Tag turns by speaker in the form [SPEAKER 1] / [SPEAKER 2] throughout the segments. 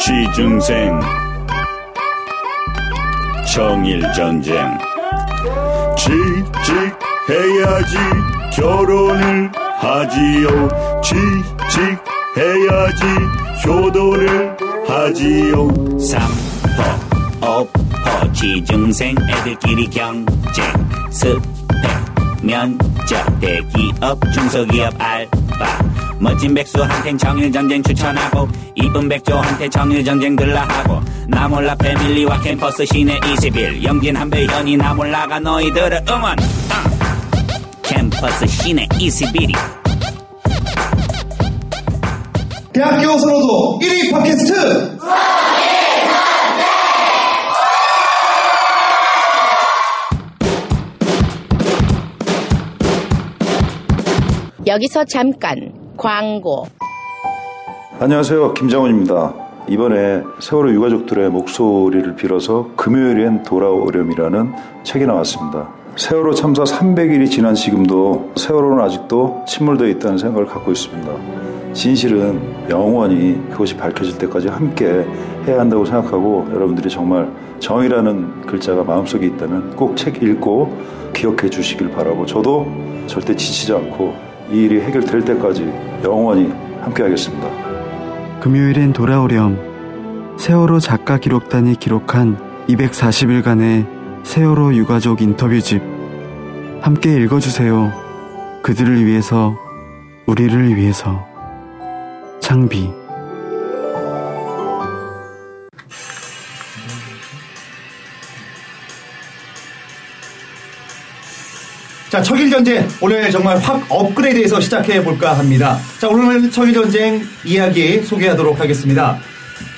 [SPEAKER 1] 취중생 청일전쟁 취직해야지 결혼을 하지요 취직해야지 효도를 하지요
[SPEAKER 2] 삼포 오포 어, 취중생 애들끼리 경쟁 스펙 면접 대기업 중소기업 알바 멋진 백수한텐 정일전쟁 추천하고 이쁜 백조한테 정일전쟁 들라하고 나몰라 패밀리와 캠퍼스 시내 21 영진 한배 현이 나몰라가 너희들을 응원 땅. 캠퍼스 시내 21이
[SPEAKER 3] 대학교 선호도 1위 팟캐스트
[SPEAKER 4] 여기서 잠깐 광고.
[SPEAKER 5] 안녕하세요. 김장훈입니다. 이번에 세월호 유가족들의 목소리를 빌어서 금요일엔 돌아오렴이라는 책이 나왔습니다. 세월호 참사 300일이 지난 지금도 세월호는 아직도 침몰되어 있다는 생각을 갖고 있습니다. 진실은 영원히 그것이 밝혀질 때까지 함께 해야 한다고 생각하고 여러분들이 정말 정이라는 글자가 마음속에 있다면 꼭 책 읽고 기억해 주시길 바라고 저도 절대 지치지 않고 이 일이 해결될 때까지 영원히 함께 하겠습니다.
[SPEAKER 6] 금요일엔 돌아오렴. 세월호 작가 기록단이 기록한 240일간의 세월호 유가족 인터뷰집. 함께 읽어주세요. 그들을 위해서, 우리를 위해서. 창비.
[SPEAKER 3] 자 청일전쟁 오늘 정말 확 업그레이드해서 시작해볼까 합니다 자 오늘 청일전쟁 이야기 소개하도록 하겠습니다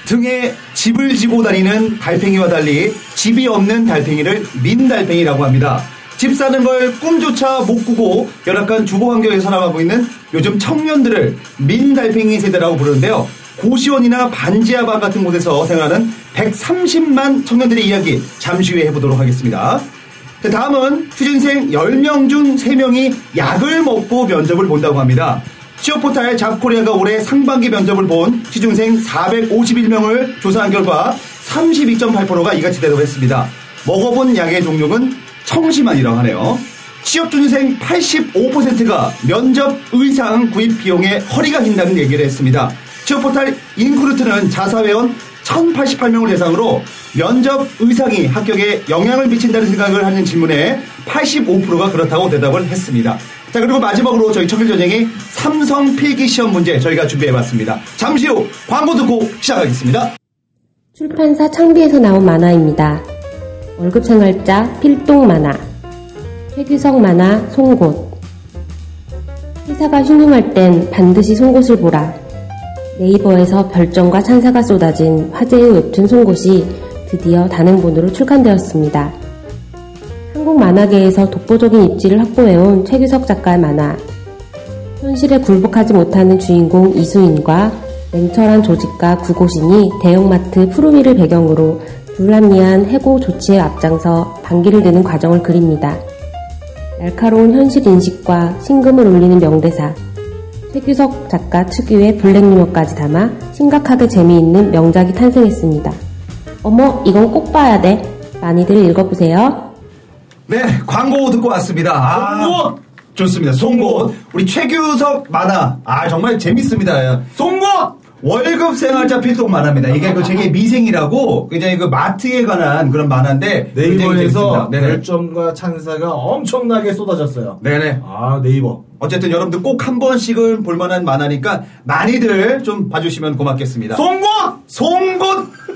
[SPEAKER 3] 등에 집을 지고 다니는 달팽이와 달리 집이 없는 달팽이를 민달팽이라고 합니다 집 사는 걸 꿈조차 못 꾸고 열악한 주거 환경에서 살아가고 있는 요즘 청년들을 민달팽이 세대라고 부르는데요 고시원이나 반지하방 같은 곳에서 생활하는 130만 청년들의 이야기 잠시 후에 해보도록 하겠습니다 자, 그 다음은 취준생 10명 중 3명이 약을 먹고 면접을 본다고 합니다. 취업 포탈 잡코리아가 올해 상반기 면접을 본 취준생 451명을 조사한 결과 32.8%가 이같이 대답했습니다. 먹어본 약의 종류는 청심환이라고 하네요. 취업 준생 85%가 면접 의상 구입 비용에 허리가 긴다는 얘기를 했습니다. 취업 포탈 인크루트는 자사회원 1,088명을 대상으로 면접 의상이 합격에 영향을 미친다는 생각을 하는 질문에 85%가 그렇다고 대답을 했습니다. 자, 그리고 마지막으로 저희 청일전쟁의 삼성 필기 시험 문제 저희가 준비해봤습니다. 잠시 후 광고 듣고 시작하겠습니다.
[SPEAKER 7] 출판사 창비에서 나온 만화입니다. 월급 생활자 필동 만화, 최규성 만화 송곳. 회사가 흉흉할 땐 반드시 송곳을 보라. 네이버에서 별점과 찬사가 쏟아진 화제의 웹툰 송곳이 드디어 단행본으로 출간되었습니다. 한국 만화계에서 독보적인 입지를 확보해온 최규석 작가의 만화 현실에 굴복하지 못하는 주인공 이수인과 냉철한 조직가 구고신이 대형마트 푸르미를 배경으로 불합리한 해고 조치에 앞장서 반기를 드는 과정을 그립니다. 날카로운 현실 인식과 신금을 울리는 명대사, 최규석 작가 특유의 블랙 유머까지 담아 심각하게 재미있는 명작이 탄생했습니다. 어머, 이건 꼭 봐야 돼. 많이들 읽어보세요.
[SPEAKER 3] 네, 광고 듣고 왔습니다. 송곳! 좋습니다. 송곳. 우리 최규석 만화. 아, 정말 재밌습니다. 송곳! 월급 생활자 필독 만화입니다. 이게 그 되게 미생이라고 굉장히 그 마트에 관한 그런 만화인데 굉장히 재밌습니다.
[SPEAKER 8] 네이버에서
[SPEAKER 3] 네네.
[SPEAKER 8] 별점과 찬사가 엄청나게 쏟아졌어요.
[SPEAKER 3] 네네.
[SPEAKER 8] 아 네이버.
[SPEAKER 3] 어쨌든 여러분들 꼭 한 번씩은 볼만한 만화니까 많이들 좀 봐주시면 고맙겠습니다.
[SPEAKER 8] 송곳!
[SPEAKER 3] 송곳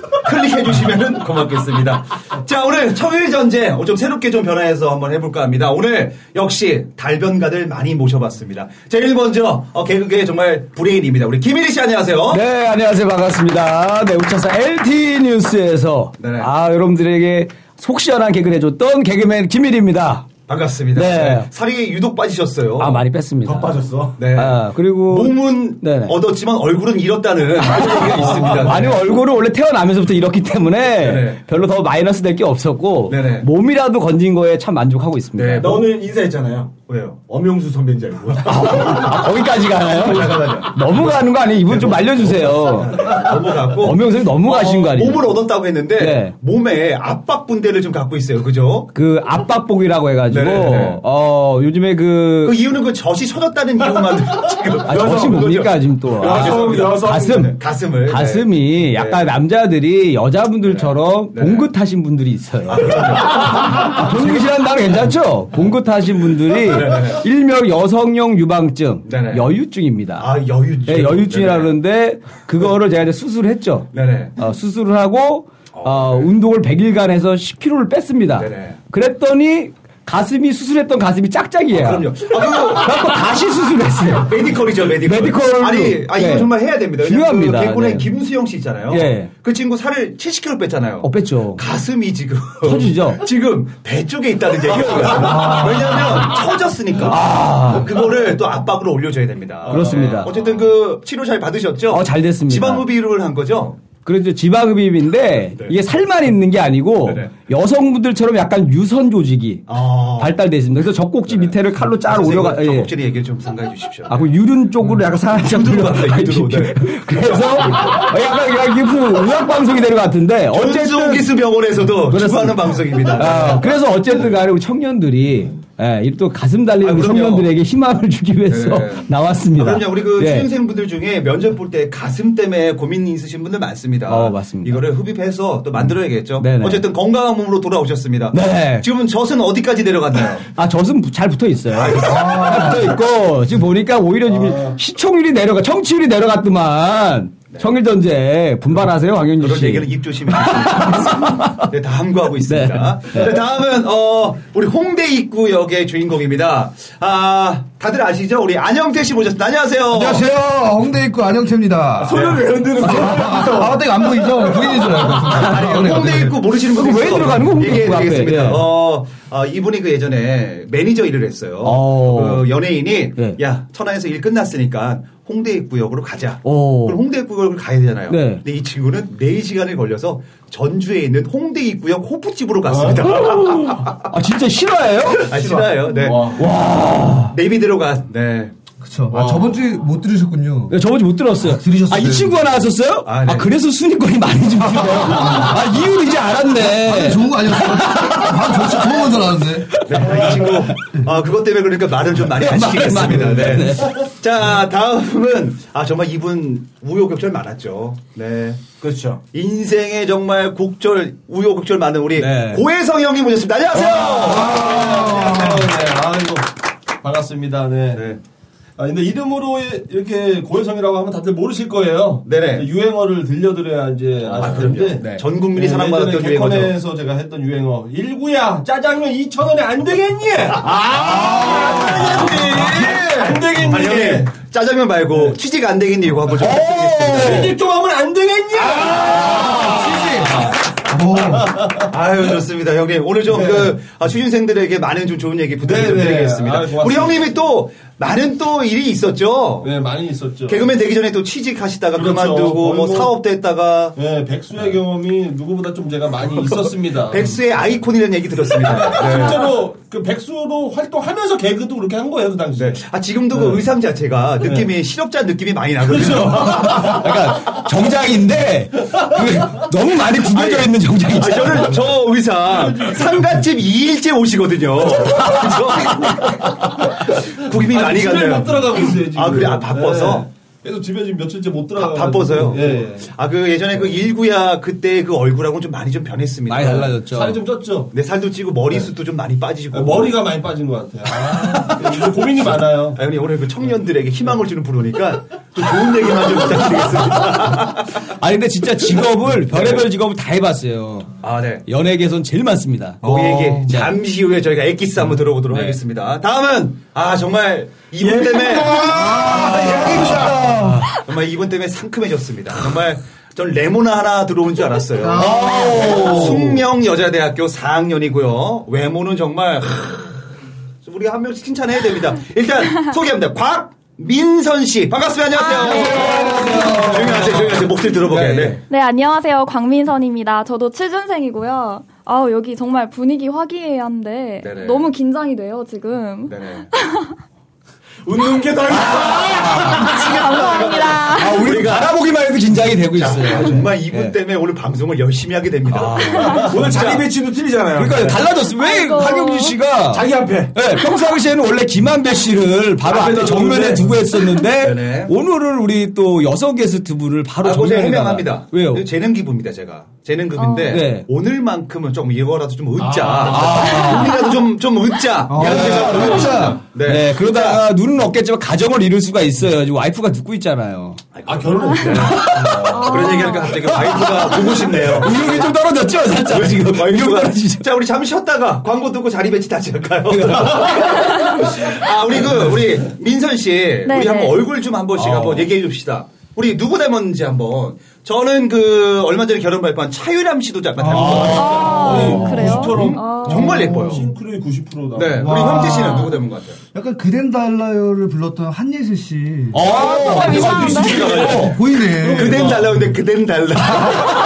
[SPEAKER 3] 클릭해주시면 고맙겠습니다. 자, 오늘 청일전쟁 어, 좀 새롭게 좀 변화해서 한번 해볼까 합니다. 오늘 역시 달변가들 많이 모셔봤습니다. 제일 먼저 어, 개그계 정말 브레인입니다. 우리 김일희 씨 안녕하세요.
[SPEAKER 9] 네, 안녕하세요. 반갑습니다. 네, 우차사 LT 뉴스에서
[SPEAKER 3] 네네.
[SPEAKER 9] 아, 여러분들에게 속 시원한 개그를 해줬던 개그맨 김일입니다.
[SPEAKER 3] 반갑습니다.
[SPEAKER 9] 네.
[SPEAKER 3] 살이 유독 빠지셨어요.
[SPEAKER 9] 아, 많이 뺐습니다.
[SPEAKER 8] 더 빠졌어.
[SPEAKER 3] 네.
[SPEAKER 9] 아, 그리고
[SPEAKER 3] 몸은
[SPEAKER 9] 네네.
[SPEAKER 3] 얻었지만 얼굴은 잃었다는 많은 얘기가 있습니다.
[SPEAKER 9] 아니
[SPEAKER 3] 네.
[SPEAKER 9] 얼굴을 원래 태어나면서부터 이렇기 때문에
[SPEAKER 3] 네네.
[SPEAKER 9] 별로 더 마이너스 될 게 없었고
[SPEAKER 3] 네네.
[SPEAKER 9] 몸이라도 건진 거에 참 만족하고 있습니다.
[SPEAKER 3] 네.
[SPEAKER 8] 나 오늘 인사했잖아요.
[SPEAKER 3] 왜요?
[SPEAKER 8] 엄영수 선배인지 알고.
[SPEAKER 9] 아, 거기까지 가나요?
[SPEAKER 3] 잠깐만요. 네,
[SPEAKER 9] 너무 가는 거 아니에요? 이분 좀 말려주세요.
[SPEAKER 3] 너무 갖고 어,
[SPEAKER 9] 엄영석이 너무 가신 거 아니에요?
[SPEAKER 3] 몸을 얻었다고 했는데
[SPEAKER 9] 네.
[SPEAKER 3] 몸에 압박 분대를 좀 갖고 있어요. 그죠?
[SPEAKER 9] 그 압박복이라고 해가지고
[SPEAKER 3] 네네네.
[SPEAKER 9] 어 요즘에
[SPEAKER 3] 그
[SPEAKER 9] 그
[SPEAKER 3] 이유는 그 젖이 쳐졌다는 이유만 지금
[SPEAKER 9] 아, 젖이
[SPEAKER 3] 여성,
[SPEAKER 9] 뭡니까
[SPEAKER 3] 그죠?
[SPEAKER 9] 지금 또 아,
[SPEAKER 8] 여성, 여성.
[SPEAKER 9] 가슴
[SPEAKER 3] 가슴을 네.
[SPEAKER 9] 가슴이 약간 아, 남자들이 여자분들처럼
[SPEAKER 3] 네. 아,
[SPEAKER 9] 봉긋하신 분들이 있어요. 봉긋이란 말 괜찮죠? 봉긋하신 분들이 일명 여성용 유방증,
[SPEAKER 3] 네, 네네.
[SPEAKER 9] 여유증입니다.
[SPEAKER 3] 아 여유증
[SPEAKER 9] 예, 여유증이라
[SPEAKER 3] 네네.
[SPEAKER 9] 그러는데 그거를 제가 이제 수술했죠.
[SPEAKER 3] 네네. 네.
[SPEAKER 9] 어, 수술을 하고 어, 운동을 100일간 해서 10kg를 뺐습니다.
[SPEAKER 3] 네네.
[SPEAKER 9] 그랬더니 가슴이 수술했던 가슴이 짝짝이에요.
[SPEAKER 3] 아, 그럼요. 아,
[SPEAKER 9] 그래갖고 다시 수술했어요.
[SPEAKER 3] 그 메디컬이죠, 메디컬.
[SPEAKER 9] 메디컬로.
[SPEAKER 3] 아니, 아, 이거
[SPEAKER 9] 네.
[SPEAKER 3] 정말 해야 됩니다.
[SPEAKER 9] 중요합니다.
[SPEAKER 3] 그 개콘의
[SPEAKER 9] 네.
[SPEAKER 3] 김수영 씨 있잖아요.
[SPEAKER 9] 예.
[SPEAKER 3] 그 친구 살을 70kg 뺐잖아요.
[SPEAKER 9] 어, 뺐죠.
[SPEAKER 3] 가슴이 지금
[SPEAKER 9] 터지죠? 아.
[SPEAKER 3] 지금 배 쪽에 있다는 얘기가 있어요. 왜냐하면 처졌으니까 그거를 또 압박으로 올려줘야 됩니다.
[SPEAKER 9] 그렇습니다.
[SPEAKER 3] 어쨌든 그 치료 잘 받으셨죠?
[SPEAKER 9] 어, 잘 됐습니다.
[SPEAKER 3] 지방 흡입을 한 거죠?
[SPEAKER 9] 그래서 지방흡입인데
[SPEAKER 3] 네.
[SPEAKER 9] 이게 살만 있는 게 아니고
[SPEAKER 3] 네네.
[SPEAKER 9] 여성분들처럼 약간 유선 조직이
[SPEAKER 3] 아. 네.
[SPEAKER 9] 발달돼 있습니다. 그래서 젖꼭지 밑에를 칼로 잘
[SPEAKER 3] 선생님,
[SPEAKER 9] 오려가. 예.
[SPEAKER 3] 젖꼭지의 얘기를 음. 좀 상가해 주십시오.
[SPEAKER 9] 아, 그 유륜 쪽으로 약간 사람
[SPEAKER 3] 유두로 간다, 유두로. 네.
[SPEAKER 9] 그래서 약간 약간 이게 무슨 의학 방송이 되는 것 같은데 어쨌든
[SPEAKER 3] 존스호기스 병원에서도
[SPEAKER 9] 그렇습니다.
[SPEAKER 3] 주하는 방송입니다.
[SPEAKER 9] 아, 그래서 어쨌든 간에 우리 청년들이 예, 이또 가슴 달린
[SPEAKER 3] 아,
[SPEAKER 9] 우리
[SPEAKER 3] 그럼요.
[SPEAKER 9] 청년들에게 희망을 주기 위해서
[SPEAKER 3] 네.
[SPEAKER 9] 나왔습니다.
[SPEAKER 3] 그럼요. 우리 그
[SPEAKER 9] 예.
[SPEAKER 3] 수험생분들 중에 면접 볼 때 가슴 때문에 고민 있으신 분들 많습니다.
[SPEAKER 9] 어, 맞습니다.
[SPEAKER 3] 이거를 흡입해서 또 만들어야겠죠.
[SPEAKER 9] 네네.
[SPEAKER 3] 어쨌든 건강한 몸으로 돌아오셨습니다.
[SPEAKER 9] 네.
[SPEAKER 3] 지금은 젖은 어디까지 내려갔나요?
[SPEAKER 9] 아, 젖은 부- 잘 붙어 있어요. 잘 붙어 있고, 지금 보니까 오히려 지금 시청률이 내려가, 청취율이 내려갔더만. 청일전제 분발하세요, 황영주
[SPEAKER 3] 그런
[SPEAKER 9] 씨.
[SPEAKER 3] 얘기는 입 조심히 하시고 네, 다 함구하고 있습니다.
[SPEAKER 9] 네.
[SPEAKER 3] 자, 다음은 어, 우리 홍대 입구역의 주인공입니다. 아, 다들 아시죠? 우리 안영태 씨 모셨습니다. 안녕하세요.
[SPEAKER 10] 안녕하세요. 홍대 입구 안영태입니다.
[SPEAKER 3] 손을 왜 흔드는 거예요?
[SPEAKER 10] 아, 땡 안 보이죠? 보이는 줄 알고.
[SPEAKER 3] 아니,
[SPEAKER 10] 네,
[SPEAKER 3] 홍대
[SPEAKER 10] 네.
[SPEAKER 3] 입구 모르시는 분이
[SPEAKER 9] 그거 왜 들어가는 거, 홍대
[SPEAKER 3] 얘기해
[SPEAKER 9] 입구 앞에?
[SPEAKER 3] 드리겠습니다.
[SPEAKER 9] 예.
[SPEAKER 3] 어, 아, 이분이 그 예전에 매니저 일을 했어요.
[SPEAKER 9] 어.
[SPEAKER 3] 그 연예인이
[SPEAKER 9] 네.
[SPEAKER 3] 야 천안에서 일 끝났으니까 홍대 입구역으로 가자.
[SPEAKER 9] 오.
[SPEAKER 3] 그럼 홍대 입구역을 가야 되잖아요.
[SPEAKER 9] 어. 네.
[SPEAKER 3] 근데 이 친구는 4시간을 걸려서 전주에 있는 홍대 입구역 호프집으로 갔습니다.
[SPEAKER 9] 아, 진짜 실화예요?
[SPEAKER 3] 아, 싫어요. 네. 네비대로 가. 네.
[SPEAKER 10] 그쵸.
[SPEAKER 8] 어.
[SPEAKER 10] 아, 저번 주에 못 들으셨군요.
[SPEAKER 9] 네, 저번주 못 들었어요.
[SPEAKER 10] 들으셨어요.
[SPEAKER 9] 아, 이 친구가 나왔었어요?
[SPEAKER 3] 아,
[SPEAKER 9] 아,
[SPEAKER 3] 네.
[SPEAKER 9] 그래서 순위권이 많은지 모르겠네요. 아, 이유를 이제 알았네.
[SPEAKER 10] 좋은 거 아니었어요? 아, 저 진짜 좋은 건줄 알았는데.
[SPEAKER 3] 네, 이 친구. 아, 그것 때문에 그러니까 말을 좀 많이 안 시키겠습니다. 네.
[SPEAKER 9] 네.
[SPEAKER 3] 자, 다음은, 아, 정말 이분 우여곡절 많았죠. 네.
[SPEAKER 8] 그렇죠.
[SPEAKER 3] 인생에 정말 곡절, 우여곡절 많은 우리
[SPEAKER 9] 네.
[SPEAKER 3] 고혜성 형님 모셨습니다. 안녕하세요! 아.
[SPEAKER 8] 아이고. 반갑습니다. 네.
[SPEAKER 3] 네.
[SPEAKER 8] 아, 근데 이름으로 이렇게 고혜성이라고 하면 다들 모르실 거예요.
[SPEAKER 3] 네네.
[SPEAKER 8] 유행어를 들려드려야 이제
[SPEAKER 3] 아,
[SPEAKER 8] 아시는데.
[SPEAKER 3] 그럼요. 네. 전 국민이 사랑받았던
[SPEAKER 8] 예전에
[SPEAKER 3] 유행어죠.
[SPEAKER 8] 개콘에서 제가 했던 유행어. 일구야, 짜장면 2,000원에 안 되겠니? 아! 안 되겠니? 안 되겠니?
[SPEAKER 3] 아니, 형님, 짜장면
[SPEAKER 8] 네.
[SPEAKER 3] 말고 취직 안 되겠니? 이거 한번 좀. 부탁드리겠습니다. 네.
[SPEAKER 8] 취직 좀 하면 안 되겠니?
[SPEAKER 3] 아. 아유, 좋습니다. 형님. 오늘 좀
[SPEAKER 8] 네.
[SPEAKER 3] 그, 아, 취준생들에게 많은 좀 좋은 얘기 부탁 좀
[SPEAKER 8] 네, 네.
[SPEAKER 3] 드리겠습니다.
[SPEAKER 8] 아유, 고맙습니다.
[SPEAKER 3] 우리 형님이 또, 많은 또 일이 있었죠?
[SPEAKER 8] 네, 많이 있었죠.
[SPEAKER 3] 개그맨 되기 전에 또 취직하시다가 그
[SPEAKER 8] 그렇죠.
[SPEAKER 3] 만두고
[SPEAKER 8] 거의
[SPEAKER 3] 뭐
[SPEAKER 8] 뭐-
[SPEAKER 3] 사업도 했다가
[SPEAKER 8] 네, 백수의 경험이 누구보다 좀 제가
[SPEAKER 3] 뭐
[SPEAKER 8] 많이 있었습니다.
[SPEAKER 3] 백수의 아이콘이라는 얘기 들었습니다. 네.
[SPEAKER 8] 실제로 그 백수로 활동하면서 개그도 그렇게 한 거예요 그 당시에.
[SPEAKER 3] 아 지금도
[SPEAKER 8] 네.
[SPEAKER 3] 그 의상 자체가 느낌이 실업자 느낌이 많이
[SPEAKER 8] 그렇죠.
[SPEAKER 3] 나거든요.
[SPEAKER 9] 약간 정장인데, 그 너무 많이 구겨져 있는 정장이
[SPEAKER 3] 아,
[SPEAKER 9] 있잖아요.
[SPEAKER 3] 저는 저 의상
[SPEAKER 8] 그렇죠.
[SPEAKER 3] 상갓집 2일째 옷이거든요. 그죠? 구김이
[SPEAKER 8] 아니,
[SPEAKER 3] 많이
[SPEAKER 8] 집에
[SPEAKER 3] 갔네요.
[SPEAKER 8] 못 들어가고 있어요 지금.
[SPEAKER 3] 아, 그래? 아, 바빠서?
[SPEAKER 8] 네. 계속 집에 지금 며칠째 못
[SPEAKER 3] 바-
[SPEAKER 8] 들어가.
[SPEAKER 3] 바빠서요.
[SPEAKER 8] 예.
[SPEAKER 3] 아 그 예전에 그 일구야 그때 그 얼굴하고 좀 많이 좀 변했습니다.
[SPEAKER 9] 많이 달라졌죠.
[SPEAKER 8] 살이 좀 쪘죠. 네.
[SPEAKER 3] 내 살도 찌고 머리숱도 좀 많이 빠지시고
[SPEAKER 8] 머리가 많이 빠진 것 같아요. 아, 요즘 고민이 많아요.
[SPEAKER 3] 아니 오늘 그 청년들에게 희망을 주는 부르니까 또 좋은 얘기만 좀 부탁드리겠습니다.
[SPEAKER 9] 아니, 근데 진짜 직업을, 별의별 직업을 다 해봤어요.
[SPEAKER 3] 네. 아 네.
[SPEAKER 9] 연예계에선 제일 많습니다.
[SPEAKER 3] 그 얘기
[SPEAKER 9] 네.
[SPEAKER 3] 잠시 후에 저희가 엑기스 한번 들어보도록
[SPEAKER 9] 네. 예.
[SPEAKER 3] 하겠습니다. 다음은 아 정말 이분 때문에 아, 정말 이분 때문에 상큼해졌습니다. 정말 전 레모나 하나 들어온 줄 알았어요. 숙명 여자대학교 4학년이고요. 외모는 정말 하, 우리가 한 명씩 칭찬해야 됩니다. 일단 소개합니다. 곽 민선 씨 반갑습니다.
[SPEAKER 8] 아, 네.
[SPEAKER 3] 안녕하세요. 조용히 하세요. 조용히 하세요. 목소리 들어보게.
[SPEAKER 9] 네,
[SPEAKER 3] 네.
[SPEAKER 9] 네.
[SPEAKER 11] 네, 안녕하세요. 광민선입니다. 저도 7준생이고요. 아우 여기 정말 분위기 화기애애한데
[SPEAKER 8] 네네.
[SPEAKER 11] 너무 긴장이 돼요 지금.
[SPEAKER 8] 네네. 아, 웃는 게 다르다.
[SPEAKER 11] 감사합니다.
[SPEAKER 3] 아,
[SPEAKER 8] 우리가
[SPEAKER 3] 바라보기만 해도 긴장이 되고
[SPEAKER 8] 있어요. 네.
[SPEAKER 3] 정말 이분 때문에 오늘 방송을 열심히 하게 됩니다.
[SPEAKER 8] 오늘 자리 배치도 틀리잖아요.
[SPEAKER 3] 네.
[SPEAKER 9] 그러니까 달라졌어. 왜
[SPEAKER 11] 아이고.
[SPEAKER 9] 황영진 씨가
[SPEAKER 8] 자기 앞에.
[SPEAKER 9] 네, 평상시에는 원래 김한배 씨를 바로
[SPEAKER 8] 앞에
[SPEAKER 9] 앞에
[SPEAKER 8] 뒀는데.
[SPEAKER 9] 정면에 두고
[SPEAKER 3] 네네.
[SPEAKER 9] 했었는데 오늘은 우리 또 여성 게스트분을 바로
[SPEAKER 3] 아, 고생
[SPEAKER 9] 정면에
[SPEAKER 3] 해명합니다. 네,
[SPEAKER 9] 놔. 왜요?
[SPEAKER 3] 재능 기부입니다, 제가. 재능 급인데
[SPEAKER 9] 어. 네.
[SPEAKER 3] 오늘만큼은 좀 이거라도 좀 웃자.
[SPEAKER 9] 아.
[SPEAKER 3] 오늘이라도 좀 좀 웃자. 이런
[SPEAKER 9] 네.
[SPEAKER 3] 생각으로
[SPEAKER 10] 웃자.
[SPEAKER 9] 네,
[SPEAKER 3] 네.
[SPEAKER 9] 그러다가 눈은 없겠지만 가정을 이룰 수가 있어요. 지금 와이프가 듣고 있잖아요.
[SPEAKER 8] 아, 결혼 못해.
[SPEAKER 3] 그런 얘기하니까 갑자기 와이프가 보고 싶네요.
[SPEAKER 9] 의욕이 좀 떨어졌죠, 살짝 지금. 의욕
[SPEAKER 3] 아, 그렇죠. 와이프가
[SPEAKER 9] 떨어지죠.
[SPEAKER 3] 자 우리 잠시 쉬었다가 광고 듣고 자리 배치 다시 할까요? 아 우리 그 우리 민선 씨
[SPEAKER 11] 네,
[SPEAKER 3] 우리 한번
[SPEAKER 11] 네.
[SPEAKER 3] 얼굴 좀 한 번씩
[SPEAKER 9] 어.
[SPEAKER 3] 한번 얘기해 줍시다. 우리 누구 닮았는지 한번. 저는 그 얼마 전에 결혼 발표한 차유람 씨도 약간 닮은 것 같아요. 네.
[SPEAKER 11] 아, 그래요?
[SPEAKER 8] 저처럼.
[SPEAKER 11] 아.
[SPEAKER 3] 정말 예뻐요.
[SPEAKER 8] 싱크로의 90%다.
[SPEAKER 3] 네, 우리
[SPEAKER 10] 와.
[SPEAKER 3] 형태 씨는 누구 닮은 것 같아요?
[SPEAKER 10] 약간 그댄 달라요를 불렀던 한예슬 씨.
[SPEAKER 12] 아,
[SPEAKER 9] 어,
[SPEAKER 11] 정말 이상한데?
[SPEAKER 10] 어, 보이네.
[SPEAKER 3] 그댄 달라 근데 그댄 달라.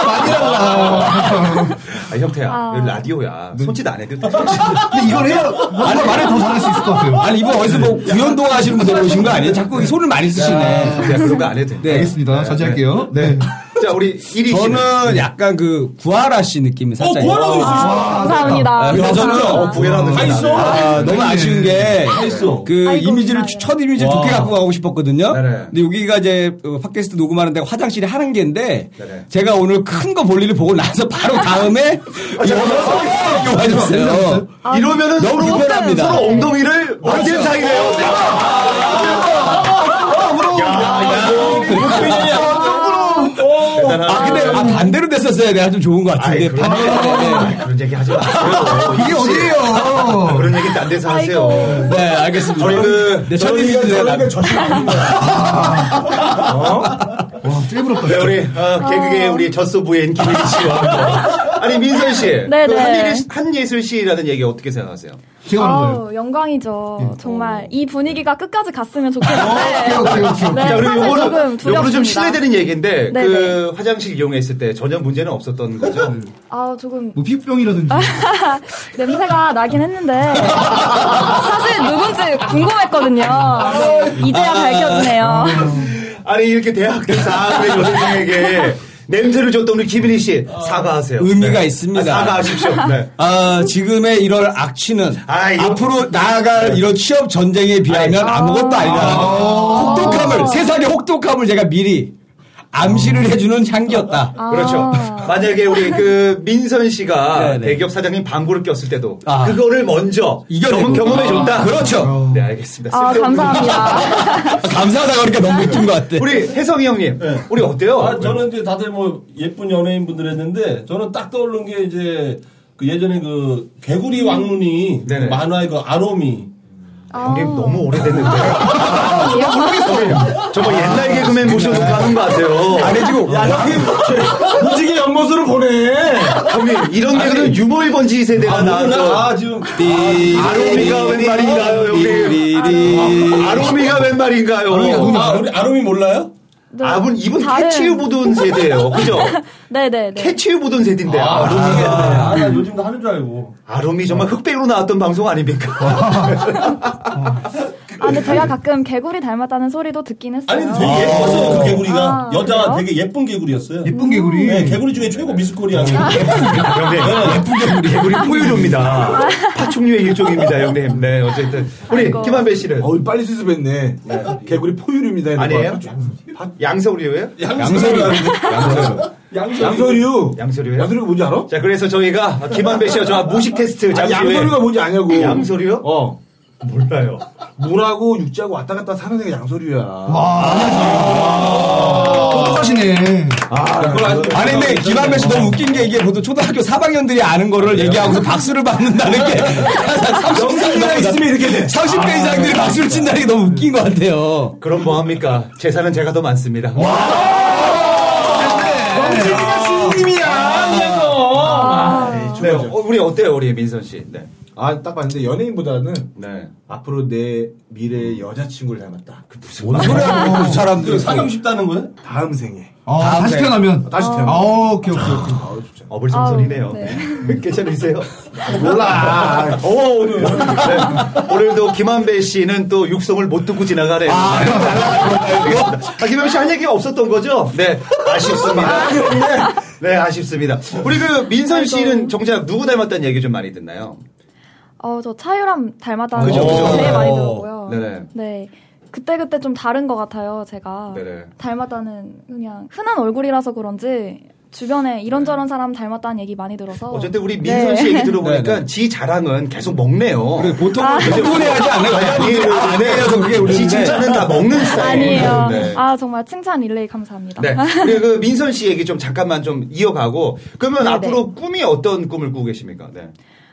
[SPEAKER 10] 많이 달라.
[SPEAKER 3] 아, 형태야,
[SPEAKER 11] 아.
[SPEAKER 3] 여기 라디오야. 손짓 안 해도 돼.
[SPEAKER 10] 근데 이걸 해야 뭔가 말을 더 잘할 수 있을 것 같아요.
[SPEAKER 9] 아니, 이분 어디서 뭐 구연동 하시는 분들 오신 거 아니에요? 자꾸 이 손을 많이 쓰시네.
[SPEAKER 3] 그냥 그런 거 안 해도 돼.
[SPEAKER 9] 네.
[SPEAKER 10] 알겠습니다. 자제할게요. 네.
[SPEAKER 3] 자, 우리 1위 씨.
[SPEAKER 9] 저는 약간 그 구하라 씨 느낌이
[SPEAKER 8] 어,
[SPEAKER 9] 살짝.
[SPEAKER 8] 구하라도
[SPEAKER 11] 아,
[SPEAKER 8] 있으시다.
[SPEAKER 11] 감사합니다.
[SPEAKER 9] 아, 여전히
[SPEAKER 11] 감사합니다.
[SPEAKER 9] 어,
[SPEAKER 3] 구애라는
[SPEAKER 8] 다
[SPEAKER 3] 게
[SPEAKER 8] 있어.
[SPEAKER 3] 나네.
[SPEAKER 9] 아, 너무 아쉬운 게,
[SPEAKER 8] 있어.
[SPEAKER 9] 그
[SPEAKER 11] 아이고,
[SPEAKER 9] 이미지를,
[SPEAKER 11] 고마워요.
[SPEAKER 9] 첫 이미지를 좋게 갖고 가고 싶었거든요.
[SPEAKER 3] 네네.
[SPEAKER 9] 근데 여기가 이제 어, 팟캐스트 녹음하는 데가 화장실이 한 개인데,
[SPEAKER 3] 네네.
[SPEAKER 9] 제가 오늘 큰 거 볼 일을 보고 나서 바로 다음에,
[SPEAKER 3] 아,
[SPEAKER 9] 아, 이거 와주세요.
[SPEAKER 3] 이러면은
[SPEAKER 9] 너무
[SPEAKER 3] 서로,
[SPEAKER 9] 불편합니다.
[SPEAKER 3] 서로 엉덩이를 만지는 사이네요.
[SPEAKER 9] 아, 근데 아, 반대로 됐었어야 내가 좀 좋은 것 같은데. 반대로. 네,
[SPEAKER 3] 그런 얘기 하지 마세요.
[SPEAKER 10] 이게 어디예요?
[SPEAKER 3] 그런 얘기 딴 데서 하세요.
[SPEAKER 9] 네. 네, 알겠습니다.
[SPEAKER 3] 저희 그,
[SPEAKER 9] 네, 첫 이미지 내가 남-
[SPEAKER 10] 와, 째부럽다.
[SPEAKER 3] 네,
[SPEAKER 10] 진짜. 아, 네.
[SPEAKER 3] 우리 어,
[SPEAKER 11] 아.
[SPEAKER 3] 개그계 우리 젖소부인 김일희 씨와 함께. 아니 민선 씨,
[SPEAKER 11] 네,
[SPEAKER 3] 그
[SPEAKER 11] 네.
[SPEAKER 3] 한예슬- 한예슬 씨라는 얘기 어떻게 생각하세요?
[SPEAKER 10] 제가 만들어요.
[SPEAKER 11] 아우, 영광이죠.
[SPEAKER 3] 음. 어.
[SPEAKER 11] 정말 이 분위기가 끝까지 갔으면 좋겠는데.
[SPEAKER 10] 오케이, 오케이, 오케이, 오케이.
[SPEAKER 11] 네,
[SPEAKER 3] 자,
[SPEAKER 11] 사실
[SPEAKER 3] 그리고
[SPEAKER 11] 조금
[SPEAKER 3] 요거는 요거는
[SPEAKER 11] 두렵습니다.
[SPEAKER 3] 좀 신뢰되는 얘기인데
[SPEAKER 11] 네,
[SPEAKER 3] 그 화장실 이용했을 때 전혀 문제는 없었던 거죠? 아.
[SPEAKER 11] 아, 조금
[SPEAKER 10] 뭐 음, 피부병이라든지.
[SPEAKER 11] 냄새가 나긴 했는데 사실 누군지 궁금했거든요.
[SPEAKER 9] 아.
[SPEAKER 11] 이제야 밝혀지네요.
[SPEAKER 3] 아니 이렇게 대학교 사학의 여대생에게 냄새를 줬던 우리 김일희 씨 사과하세요.
[SPEAKER 9] 의미가 있습니다.
[SPEAKER 3] 아, 사과하십시오. 네.
[SPEAKER 9] 아, 지금의 이런 악취는
[SPEAKER 3] 아, 이거-
[SPEAKER 12] 네.
[SPEAKER 9] 앞으로 나아갈 이런 취업 전쟁에 비하면 아무것도 아니다. 혹독함을 세상의 혹독함을 제가 미리
[SPEAKER 12] 아.
[SPEAKER 9] 암시를 해주는 향기였다.
[SPEAKER 11] 아.
[SPEAKER 3] 그렇죠. 만약에 우리 그 민선 씨가
[SPEAKER 9] 네, 네.
[SPEAKER 3] 대기업 사장님 방구를 꼈을 때도
[SPEAKER 9] 아.
[SPEAKER 3] 그거를 먼저
[SPEAKER 9] 이겨내고.
[SPEAKER 3] 경험해 줬다.
[SPEAKER 9] 아, 그렇죠.
[SPEAKER 3] 네 알겠습니다.
[SPEAKER 11] 아,
[SPEAKER 3] 쓸데없는
[SPEAKER 11] 감사합니다.
[SPEAKER 9] 아, 감사하다 그러니까 너무 웃긴 것 같아.
[SPEAKER 3] 우리 혜성이 형님,
[SPEAKER 9] 네.
[SPEAKER 3] 우리 어때요?
[SPEAKER 8] 아, 저는 이제 다들 뭐 예쁜 연예인 분들 했는데 저는 딱 떠오른 게 이제 그 예전에 그 개구리 왕눈이 그
[SPEAKER 3] 네네.
[SPEAKER 8] 만화의 그 아로미
[SPEAKER 3] 형님 너무 오래됐는데.
[SPEAKER 11] 아,
[SPEAKER 3] 저거 옛날 개그맨 모셔놓고 하는 거 아세요?
[SPEAKER 9] 아니 지금
[SPEAKER 8] 무지개 옆모습을 보내.
[SPEAKER 3] 형님 이런 개그는 유머 1번지 세대가
[SPEAKER 8] 아,
[SPEAKER 3] 나와서
[SPEAKER 8] 나 아, 지금
[SPEAKER 3] 아로미가 웬 말인가요, 여기?
[SPEAKER 9] 아,
[SPEAKER 3] 아로미가 웬 말인가요?
[SPEAKER 8] 아, 우리 아로미 몰라요?
[SPEAKER 3] 아, 분 이분
[SPEAKER 11] 네. 다른-
[SPEAKER 3] 캐치유 보던 세대예요, 그죠?
[SPEAKER 11] 네네네.
[SPEAKER 3] 캐치유 보던 세대인데 아로미가
[SPEAKER 8] 아, 나 요즘도 하는 줄 알고.
[SPEAKER 3] 아롬이 정말 흑백으로 나왔던 방송 아닙니까?
[SPEAKER 11] 아, 근데 제가 가끔 개구리 닮았다는 소리도 듣긴 했어요.
[SPEAKER 8] 아니 근데 되게 예뻤어요 그 개구리가
[SPEAKER 11] 아,
[SPEAKER 8] 여자
[SPEAKER 11] 그래요?
[SPEAKER 8] 되게 예쁜 개구리였어요.
[SPEAKER 10] 예쁜 개구리.
[SPEAKER 8] 네, 개구리 중에 최고 미스코리아.
[SPEAKER 3] 형님, 예쁜 개구리. 개구리 포유류입니다. 파충류의 일종입니다, 형님. 네, 어쨌든. 우리
[SPEAKER 11] 아이고.
[SPEAKER 3] 김한배 씨는
[SPEAKER 12] 어우 빨리 수습했네. 개구리 포유류입니다. 이런
[SPEAKER 3] 아니에요?
[SPEAKER 12] 거.
[SPEAKER 3] 양서류예요?
[SPEAKER 12] 양서류. 양서류.
[SPEAKER 3] 양서류예요?
[SPEAKER 12] 양서류가 뭔지 알아?
[SPEAKER 3] 자, 그래서 저희가 김한배 씨와 저와 무식 테스트
[SPEAKER 12] 아니,
[SPEAKER 3] 잠시 후에.
[SPEAKER 12] 양서류가 뭔지 아냐고.
[SPEAKER 3] 양서류요?
[SPEAKER 12] 어.
[SPEAKER 3] 몰라요.
[SPEAKER 12] 물하고 육지하고 왔다 갔다 사는 애가 양서류야.
[SPEAKER 3] 아,
[SPEAKER 10] 똑똑하시네.
[SPEAKER 9] 아니 근데 김한배 씨 너무 웃긴 게 이게 보통 초등학교 3학년들이 아는 거를
[SPEAKER 3] 네.
[SPEAKER 9] 얘기하고서 박수를 받는다는 게 30대
[SPEAKER 12] 있으면 이렇게 돼.
[SPEAKER 3] 아.
[SPEAKER 9] 30대 이상들이 박수를 친다는 게 너무 웃긴 것 같아요.
[SPEAKER 3] 그럼 뭐합니까? 재산은 제가 더 많습니다. 네, 어, 우리 어때요, 우리 민선 씨? 네.
[SPEAKER 12] 아, 딱 봤는데 연예인보다는
[SPEAKER 3] 네.
[SPEAKER 12] 앞으로 내 미래의 여자친구를 닮았다.
[SPEAKER 9] 뭔 소리
[SPEAKER 3] 아,
[SPEAKER 9] 하는 거그 사람들.
[SPEAKER 8] 사귀고 싶다는 거예요?
[SPEAKER 12] 다음 생에.
[SPEAKER 10] 아, 다시 태어나면.
[SPEAKER 12] 다시 태어나.
[SPEAKER 10] 아, 오케이, 오케이, 오케이.
[SPEAKER 12] 아우, 진짜. 소리죠.
[SPEAKER 3] 어불성설이네요.
[SPEAKER 12] 아우,
[SPEAKER 3] 괜찮으세요? 몰라. 어 오늘. 네. 오늘도 김한배 씨는 또 육성을 못 듣고 지나가네요. 아, 아, 김한배 씨 할 얘기가 없었던 거죠? 네. 아쉽습니다. 네, 아쉽습니다. 우리 그 민선 씨는 정작 누구 닮았다는 얘기 좀 많이 듣나요?
[SPEAKER 11] 어, 저 차유람 닮았다는
[SPEAKER 3] 그죠,
[SPEAKER 11] 얘기
[SPEAKER 3] 그죠.
[SPEAKER 11] 제일 많이 들었고요.
[SPEAKER 3] 네네.
[SPEAKER 11] 네. 그때그때 좀 다른 것 같아요, 제가.
[SPEAKER 3] 네네.
[SPEAKER 11] 닮았다는 그냥 흔한 얼굴이라서 그런지 주변에 이런저런 사람 닮았다는 얘기 많이 들어서.
[SPEAKER 3] 네.
[SPEAKER 11] 네.
[SPEAKER 3] 어쨌든 우리 민선 씨 얘기 들어보니까 지 자랑은 계속 먹네요. 그래,
[SPEAKER 9] 보통
[SPEAKER 11] 아.
[SPEAKER 9] 흥분해야지 않나요? 아, 네. 그게 우리
[SPEAKER 3] 지
[SPEAKER 9] 근데.
[SPEAKER 3] 칭찬은 다 먹는 스타일이에요.
[SPEAKER 11] 아니에요.
[SPEAKER 3] 네.
[SPEAKER 11] 아, 정말 칭찬 릴레이 감사합니다.
[SPEAKER 3] 네. 우리 그 민선 씨 얘기 좀 잠깐만 좀 이어가고 그러면 앞으로 꿈이 어떤 꿈을 꾸고 계십니까? 네.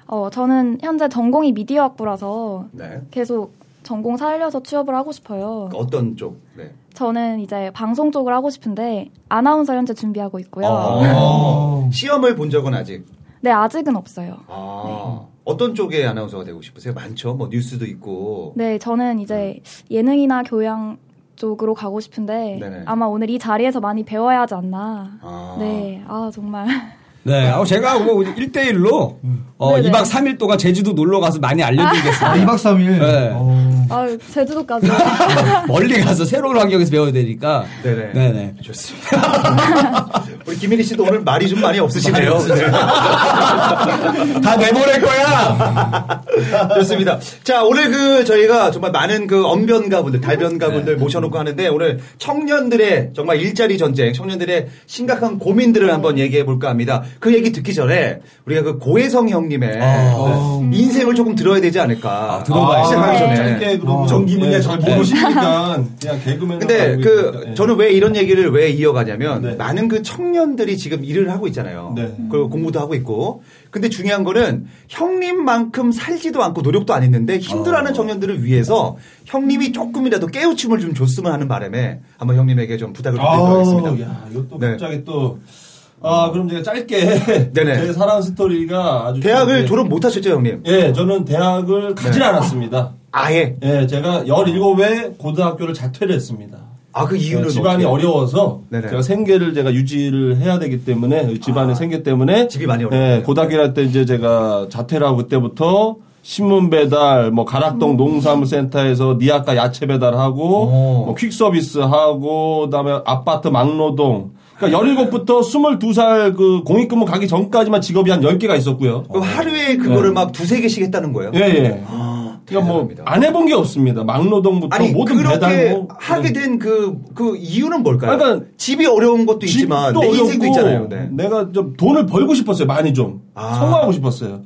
[SPEAKER 11] 어, 저는 현재 전공이 미디어학부라서
[SPEAKER 3] 네.
[SPEAKER 11] 계속 전공 살려서 취업을 하고 싶어요.
[SPEAKER 3] 어떤 쪽? 네.
[SPEAKER 11] 저는 이제 방송 쪽을 하고 싶은데 아나운서 현재 준비하고 있고요.
[SPEAKER 3] 어. 시험을 본 적은 아직.
[SPEAKER 11] 네, 아직은 없어요.
[SPEAKER 3] 아. 어떤 쪽의 아나운서가 되고 싶으세요? 많죠. 뭐 뉴스도 있고.
[SPEAKER 11] 네, 저는 이제 예능이나 교양 쪽으로 가고 싶은데
[SPEAKER 3] 네네.
[SPEAKER 11] 아마 오늘 이 자리에서 많이 배워야 하지 않나.
[SPEAKER 3] 아.
[SPEAKER 11] 네, 아 정말.
[SPEAKER 9] 네, 아, 제가 뭐 1대1로 어,
[SPEAKER 11] 음. 네네.
[SPEAKER 9] 2박 3일 동안 제주도 놀러 가서 많이 알려드리겠습니다.
[SPEAKER 10] 아, 2박 3일?
[SPEAKER 9] 네.
[SPEAKER 11] 아유 제주도까지.
[SPEAKER 9] 멀리 가서 새로운 환경에서 배워야 되니까.
[SPEAKER 3] 네네.
[SPEAKER 9] 네네.
[SPEAKER 3] 좋습니다. 우리 김민희 씨도 오늘 말이 좀 많이 없으시네요.
[SPEAKER 9] 다 내보낼 거야.
[SPEAKER 3] 좋습니다. 자, 오늘 그 저희가 정말 많은 그 언변가분들, 달변가분들
[SPEAKER 8] 네.
[SPEAKER 3] 모셔놓고 하는데 오늘 청년들의 정말 일자리 전쟁, 청년들의 심각한 고민들을 한번 얘기해 볼까 합니다. 그 얘기 듣기 전에 우리가 그 고혜성 형님의 인생을 조금 들어야 되지 않을까.
[SPEAKER 8] 아. 들어봐야죠. 아,
[SPEAKER 3] 시작하기 전에.
[SPEAKER 8] 짧게 그럼
[SPEAKER 3] 어.
[SPEAKER 8] 전기 분야 잘
[SPEAKER 3] 네.
[SPEAKER 8] 모르시니까 그냥 개그맨.
[SPEAKER 3] 근데
[SPEAKER 8] 그렇죠. 네.
[SPEAKER 3] 그 저는 왜 이런 얘기를 왜 이어가냐면 많은 그 청년들이 지금 일을 하고 있잖아요.
[SPEAKER 8] 네.
[SPEAKER 3] 그리고 공부도 하고 있고. 근데 중요한 거는 형님만큼 살지도 않고 노력도 안 했는데
[SPEAKER 8] 아.
[SPEAKER 3] 힘들어하는 청년들을 위해서 형님이 조금이라도 깨우침을 좀 줬으면 하는 바람에 한번 형님에게 좀 부탁을 드리도록
[SPEAKER 8] 아우, 예.
[SPEAKER 3] 하겠습니다.
[SPEAKER 8] 어, 야, 이것도
[SPEAKER 3] 네.
[SPEAKER 8] 갑자기 또. 아, 그럼 제가 짧게.
[SPEAKER 3] 네네.
[SPEAKER 8] 제 사랑 스토리가 아주.
[SPEAKER 3] 대학을
[SPEAKER 8] 네.
[SPEAKER 3] 졸업 못 하셨죠, 형님?
[SPEAKER 8] 예, 저는 대학을 가질
[SPEAKER 3] 네.
[SPEAKER 8] 않았습니다.
[SPEAKER 3] 아예?
[SPEAKER 8] 예, 제가 17에 고등학교를 자퇴를 했습니다.
[SPEAKER 3] 아, 그 이유는
[SPEAKER 8] 집안이
[SPEAKER 3] 어떻게?
[SPEAKER 8] 어려워서
[SPEAKER 3] 네네. 아,
[SPEAKER 8] 제가 생계를 제가 유지를 해야 되기 때문에 집안의 생계 때문에
[SPEAKER 3] 집이 많이 어려워요.
[SPEAKER 8] 예, 고등학교 때 이제 제가 자퇴를 하고 그때부터 신문 배달, 뭐
[SPEAKER 3] 음.
[SPEAKER 8] 가락동 농산물센터에서 니아까 야채 배달하고
[SPEAKER 3] 어.
[SPEAKER 8] 뭐 퀵서비스 하고 그다음에 아파트 막노동 그러니까 17부터 22살 그 공익근무 가기 전까지만 직업이 한 10개가 있었고요.
[SPEAKER 3] 그럼 하루에
[SPEAKER 8] 네.
[SPEAKER 3] 그거를 막 두세 개씩 했다는 거예요?
[SPEAKER 8] 예, 예. 그러니까 뭐 안 해본 게 없습니다. 막노동부터
[SPEAKER 3] 아, 아니
[SPEAKER 8] 그 모든 배달
[SPEAKER 3] 그렇게
[SPEAKER 8] 뭐
[SPEAKER 3] 하게 된 그 그 이유는 뭘까요?
[SPEAKER 8] 그러니까
[SPEAKER 3] 집이 어려운 것도 있지만 내 인생도 있잖아요. 네. 아.
[SPEAKER 8] 내가 좀 돈을 벌고 싶었어요. 많이 좀 성공하고 싶었어요.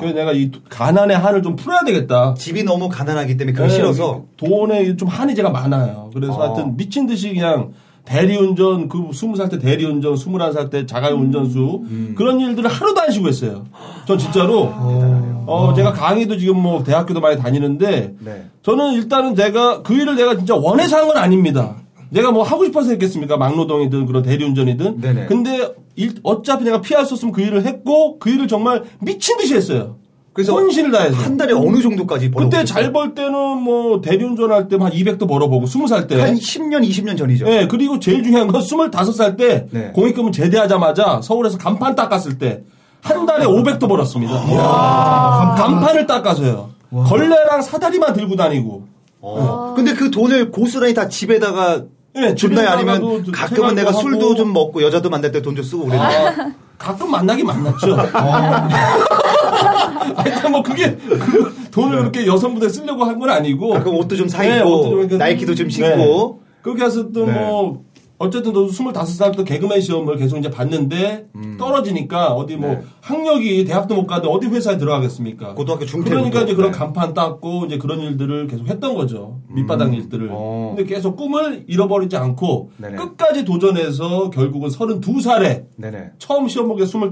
[SPEAKER 8] 그래서 내가 이 가난의 한을 좀 풀어야 되겠다.
[SPEAKER 3] 집이 너무 가난하기 때문에 그게 그러니까 싫어서?
[SPEAKER 8] 네. 돈에 좀 한이 제가 많아요. 그래서
[SPEAKER 3] 아.
[SPEAKER 8] 하여튼 미친 듯이 그냥 대리운전 그 스무 살 때 대리운전 스물한 살 때 자가운전수
[SPEAKER 3] 음,
[SPEAKER 8] 그런 일들을 하루도 안 쉬고 했어요. 전 진짜로
[SPEAKER 3] 아,
[SPEAKER 8] 어 제가 강의도 지금 뭐 대학교도 많이 다니는데
[SPEAKER 3] 네.
[SPEAKER 8] 저는 일단은 내가 그 일을 내가 진짜 원해서 한 건 아닙니다. 내가 뭐 하고 싶어서 했겠습니까? 막노동이든 그런 대리운전이든.
[SPEAKER 3] 네네.
[SPEAKER 8] 근데 일- 어차피 내가 피할 수 없으면 그 일을 했고 그 일을 정말 미친 듯이 했어요.
[SPEAKER 3] 그래서
[SPEAKER 8] 혼신을 다해서.
[SPEAKER 3] 한 달에 어느 정도까지 벌어?
[SPEAKER 8] 그때 잘 벌 때는 뭐 대리운전 할 때만 200도 벌어보고 20살 때.
[SPEAKER 3] 한 10년, 20년 전이죠.
[SPEAKER 8] 예, 그리고 제일 중요한 건 25살 때
[SPEAKER 3] 네.
[SPEAKER 8] 공익금은 제대하자마자 서울에서 간판 닦았을 때 한 달에 500도 벌었습니다.
[SPEAKER 3] 아,
[SPEAKER 8] 간판을 닦아서요. 걸레랑 사다리만 들고 다니고.
[SPEAKER 3] 어. 근데 그 돈을 고스란히 다 집에다가
[SPEAKER 8] 예,
[SPEAKER 3] 줬나요? 아니면
[SPEAKER 8] 집에다가도
[SPEAKER 3] 가끔은
[SPEAKER 8] 생각도
[SPEAKER 3] 내가
[SPEAKER 8] 하고.
[SPEAKER 3] 술도 좀 먹고 여자도 만날 때 돈 좀 쓰고 그랬나요?
[SPEAKER 8] 아, 가끔 만나긴 만났죠.
[SPEAKER 3] 어.
[SPEAKER 8] 하여튼 뭐 그게 그 돈을 그렇게 여성분들 쓰려고 한 건 아니고.
[SPEAKER 3] 가끔 옷도 좀 사
[SPEAKER 8] 네, 옷도 좀
[SPEAKER 3] 입고
[SPEAKER 8] 이렇게
[SPEAKER 3] 나이키도 좀
[SPEAKER 8] 네.
[SPEAKER 3] 신고
[SPEAKER 8] 그렇게 해서 또
[SPEAKER 3] 네.
[SPEAKER 8] 뭐, 어쨌든 너도 25살 때 개그맨 시험을 계속 이제 봤는데,
[SPEAKER 3] 음.
[SPEAKER 8] 떨어지니까 어디 뭐, 학력이 대학도 못 가는데 어디 회사에 들어가겠습니까?
[SPEAKER 3] 네. 고등학교 네. 중퇴
[SPEAKER 8] 그러니까 이제 그런 간판 닦고 이제 그런 일들을 계속 했던 거죠. 밑바닥 일들을. 근데 계속 꿈을 잃어버리지 않고
[SPEAKER 3] 음. 어. 네네.
[SPEAKER 8] 끝까지 도전해서 결국은 32살에
[SPEAKER 3] 네네
[SPEAKER 8] 처음 시험 보기에 25,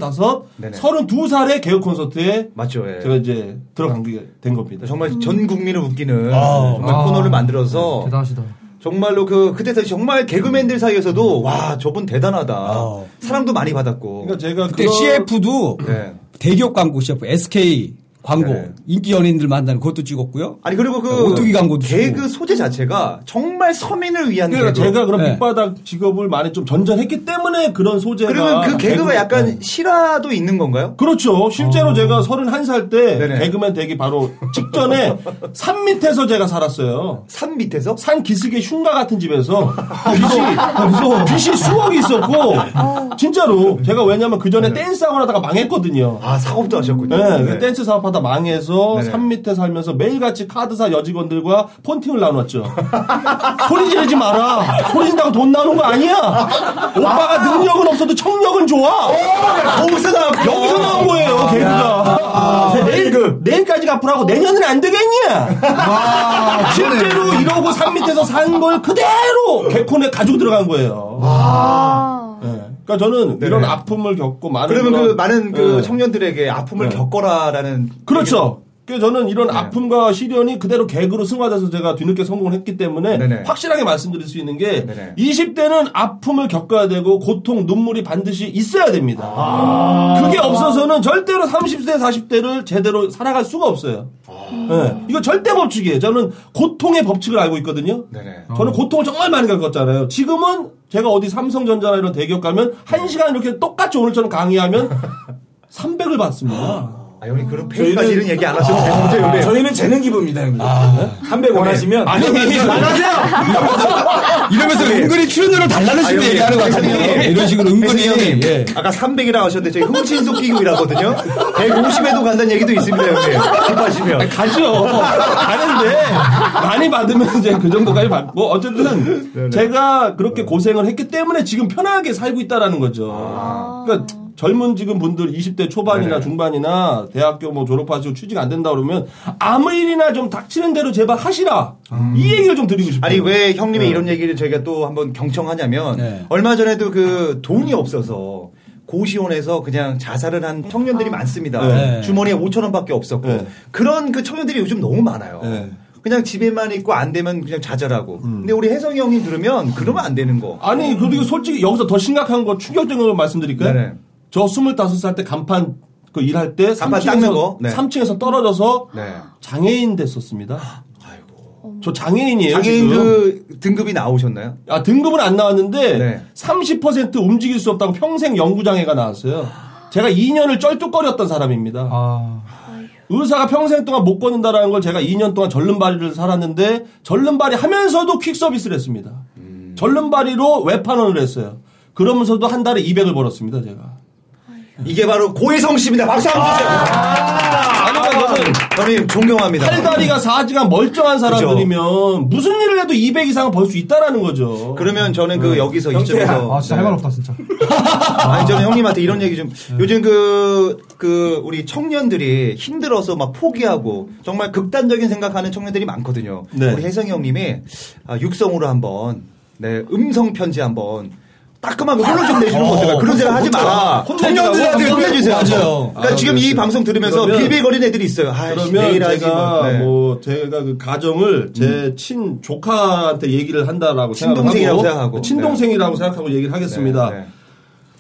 [SPEAKER 3] 네네.
[SPEAKER 8] 32살에 개그 콘서트에
[SPEAKER 3] 맞죠. 예.
[SPEAKER 8] 제가 이제 들어간 게 된 겁니다.
[SPEAKER 3] 정말 전 국민을 웃기는
[SPEAKER 8] 아,
[SPEAKER 3] 정말
[SPEAKER 10] 아.
[SPEAKER 3] 코너를 만들어서
[SPEAKER 10] 대단하시다.
[SPEAKER 3] 정말로 그 그때 당시 정말 개그맨들 사이에서도 와 저분 대단하다 사랑도 많이 받았고
[SPEAKER 8] 그러니까 제가
[SPEAKER 9] 그때
[SPEAKER 8] 그런-
[SPEAKER 9] CF도
[SPEAKER 3] 네.
[SPEAKER 9] 대기업 광고 CF, SK 광고,
[SPEAKER 3] 네.
[SPEAKER 9] 인기 연예인들 만나는 그것도 찍었고요.
[SPEAKER 3] 아니 그리고 그
[SPEAKER 9] 오뚜기 광고도
[SPEAKER 3] 개그
[SPEAKER 9] 찍고.
[SPEAKER 3] 소재 자체가 정말 서민을 위한
[SPEAKER 8] 그러니까
[SPEAKER 3] 개그
[SPEAKER 8] 제가 그런
[SPEAKER 9] 네.
[SPEAKER 8] 밑바닥 직업을 많이 좀 전전했기 때문에 예전에 그런 소재가 아,
[SPEAKER 3] 그러면 그 개그가
[SPEAKER 8] 개그-
[SPEAKER 3] 약간 어. 실화도 있는 건가요?
[SPEAKER 8] 그렇죠. 실제로 제가 31살 때 개그맨 되기 바로 직전에 산 밑에서 제가 살았어요.
[SPEAKER 3] 산 밑에서?
[SPEAKER 8] 산 기슭의 흉가 같은 집에서 빚이, 빚이 수억이 있었고 진짜로 제가 왜냐면 그 전에
[SPEAKER 3] 네.
[SPEAKER 8] 댄스학원 하다가 망했거든요.
[SPEAKER 3] 아 사업도 하셨군요.
[SPEAKER 8] 네, 그
[SPEAKER 3] 네.
[SPEAKER 8] 댄스 사업하다 망해서
[SPEAKER 3] 네네.
[SPEAKER 8] 산 밑에 살면서 매일같이 카드사 여직원들과 폰팅을 나눴죠. 소리 지르지 마라. 소리 진다고 돈 나오는 거 아니야. 오빠가 능력은 없어도 청력은 좋아.
[SPEAKER 3] 거기서 나온
[SPEAKER 8] 여기서 나온 거예요, 개그가.
[SPEAKER 3] 아,
[SPEAKER 8] 그래서 내일, 내일까지 갚으라고 내년은 안 되겠냐?
[SPEAKER 3] 아,
[SPEAKER 8] 실제로 이러고 산 밑에서 산 걸 그대로 개콘에 가지고 들어간 거예요. 네. 그러니까 저는 이런 아픔을 겪고 많은
[SPEAKER 3] 아. 그러면
[SPEAKER 8] 그런-
[SPEAKER 3] 그 많은 그
[SPEAKER 8] 네.
[SPEAKER 3] 청년들에게 아픔을
[SPEAKER 8] 네.
[SPEAKER 3] 겪어라라는
[SPEAKER 8] 그렇죠. 그래서 저는 이런 아픔과 시련이 그대로 개그로 승화돼서 제가 뒤늦게 성공을 했기 때문에 확실하게 말씀드릴 수 있는 게 20대는 아픔을 겪어야 되고 고통, 눈물이 반드시 있어야 됩니다. 그게 없어서는 절대로 30대, 40대를 제대로 살아갈 수가 없어요. 예. 이거 절대 법칙이에요. 저는 고통의 법칙을 알고 있거든요. 저는 고통을 정말 많이 겪었잖아요. 지금은 제가 어디 삼성전자나 이런 대기업 가면 한시간 이렇게 똑같이 오늘처럼 강의하면 300을 받습니다.
[SPEAKER 3] 아, 형님 그런 페이까지는 얘기 안 하셔도
[SPEAKER 8] 아.
[SPEAKER 3] 되는데 요래.
[SPEAKER 12] 저희는 재능 기부입니다, 형님.
[SPEAKER 9] 아.
[SPEAKER 8] 네.
[SPEAKER 12] 300 원하시면.
[SPEAKER 3] 아니,
[SPEAKER 12] 안하세요!
[SPEAKER 9] 이러면서
[SPEAKER 8] 예.
[SPEAKER 9] 은근히 출연료를 달라는 식으로 얘기하는 것 같아요. 이런 식으로 은근히
[SPEAKER 3] 형님.
[SPEAKER 9] 예.
[SPEAKER 3] 아까 300이라고 하셨는데 저희 흥신소 기구이라거든요. 150에도 간다는 얘기도 있습니다, 형님. 급하시면.
[SPEAKER 8] 가죠. 가는데 많이 받으면 이제 그 정도까지 받고 어쨌든 제가 그렇게 고생을 했기 때문에 지금 편하게 살고 있다라는 거죠.
[SPEAKER 12] 아.
[SPEAKER 8] 그러니까 젊은 지금 분들 20대 초반이나 중반이나 대학교 뭐 졸업하시고 취직 안 된다 그러면 아무 일이나 좀 닥치는 대로 제발 하시라.
[SPEAKER 12] 아.
[SPEAKER 8] 이 얘기를 좀 드리고 싶어요.
[SPEAKER 3] 아니 왜 형님의
[SPEAKER 8] 네.
[SPEAKER 3] 이런 얘기를 저희가 또 한번 경청하냐면 얼마 전에도 그 돈이 없어서 고시원에서 그냥 자살을 한 청년들이 많습니다.
[SPEAKER 8] 네.
[SPEAKER 3] 주머니에 5천 원밖에 없었고
[SPEAKER 8] 네.
[SPEAKER 3] 그런 그 청년들이 요즘 너무 많아요.
[SPEAKER 8] 네. 음.
[SPEAKER 3] 그냥 집에만 있고 안 되면 그냥 자살하고. 근데 우리 혜성이 형님 들으면 그러면 안 되는 거.
[SPEAKER 8] 아니 그리고 솔직히 여기서 더 심각한 거 충격적인 걸 말씀드릴까요?
[SPEAKER 3] 음. 네네.
[SPEAKER 8] 저 25살 때 간판 그 일할 때
[SPEAKER 3] 간판 닦는 거?
[SPEAKER 8] 3층에서,
[SPEAKER 3] 네.
[SPEAKER 8] 3층에서 떨어져서 장애인 됐었습니다. 저 장애인이에요. 지금.
[SPEAKER 3] 장애인 그 등급이 나오셨나요?
[SPEAKER 8] 아, 등급은 안 나왔는데
[SPEAKER 3] 네.
[SPEAKER 8] 30% 움직일 수 없다고 평생 영구장애가 나왔어요. 제가 2년을 쩔뚝거렸던
[SPEAKER 3] 아.
[SPEAKER 8] 사람입니다. 의사가 평생 동안 못 걷는다라는 걸 제가 2년 동안 절름발이를 살았는데 절름발이 하면서도 퀵 서비스를 했습니다.
[SPEAKER 3] 음.
[SPEAKER 8] 절름발이로 외판원을 했어요. 그러면서도 한 달에 200을 벌었습니다, 제가.
[SPEAKER 3] 이게 바로 고혜성 씨입니다. 박수 한번 주세요.
[SPEAKER 8] 아니, 그러니까 저는
[SPEAKER 3] 형님 존경합니다.
[SPEAKER 8] 팔다리가 사지가 멀쩡한 사람들이면 무슨 일을 해도 200 이상은 벌 수 있다라는 거죠.
[SPEAKER 3] 그러면 저는 그 여기서 이쪽에서
[SPEAKER 10] 아, 진짜 할 말 없다, 진짜.
[SPEAKER 3] 아니 저는 형님한테 이런 얘기 좀 요즘 그, 그 우리 청년들이 힘들어서 막 포기하고 정말 극단적인 생각하는 청년들이 많거든요.
[SPEAKER 8] 네.
[SPEAKER 3] 우리 혜성이 형님이 아, 육성으로 한번 네, 음성 편지 한번 따끔하게 혼을 좀 내주는 것 어떨까? 그런 생각 하지 마라.
[SPEAKER 8] 혼내주라고?
[SPEAKER 3] 청년들한테
[SPEAKER 8] 혼내-
[SPEAKER 3] 혼내주세요.
[SPEAKER 8] 맞아요.
[SPEAKER 3] 그러니까
[SPEAKER 8] 아,
[SPEAKER 3] 지금 이 방송 들으면서
[SPEAKER 8] 그러면-
[SPEAKER 3] 빌빌거리는 애들이 있어요. 아이씨,
[SPEAKER 8] 그러면
[SPEAKER 3] 내일 하지
[SPEAKER 8] 제가
[SPEAKER 3] 뭐. 네. 음.
[SPEAKER 8] 뭐 제가 그 가정을 제 친 조카한테 얘기를 한다라고
[SPEAKER 3] 친동생이라고
[SPEAKER 8] 생각을
[SPEAKER 3] 생각하고.
[SPEAKER 8] 친동생이라고 생각하고 얘기를 하겠습니다.
[SPEAKER 3] 네, 네.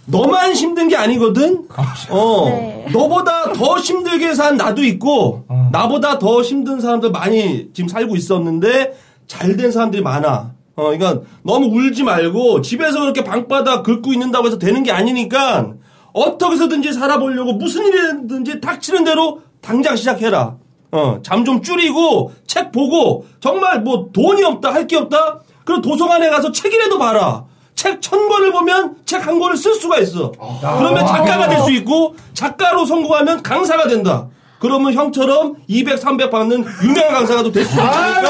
[SPEAKER 8] 너만 힘든 게 아니거든. 어, 너보다 더 힘들게 산 나도 있고 나보다 더 힘든 사람들 많이 지금 살고 있었는데 잘 된 사람들이 많아. 어, 그러니까 너무 울지 말고 집에서 그렇게 방바닥 긁고 있는다고 해서 되는 게 아니니까 어떻게 해서든지 살아보려고 무슨 일이든지 닥치는 대로 당장 시작해라. 어, 잠 좀 줄이고 책 보고 정말 뭐 돈이 없다 할 게 없다. 그럼 도서관에 가서 책이라도 봐라. 책 천 권을 보면 책 한 권을 쓸 수가 있어. 그러면 작가가 될 수 있고 작가로 성공하면 강사가 된다. 그러면 형처럼 200, 300 받는 유명한 강사가 또 될 수 있으니까. 아, 네.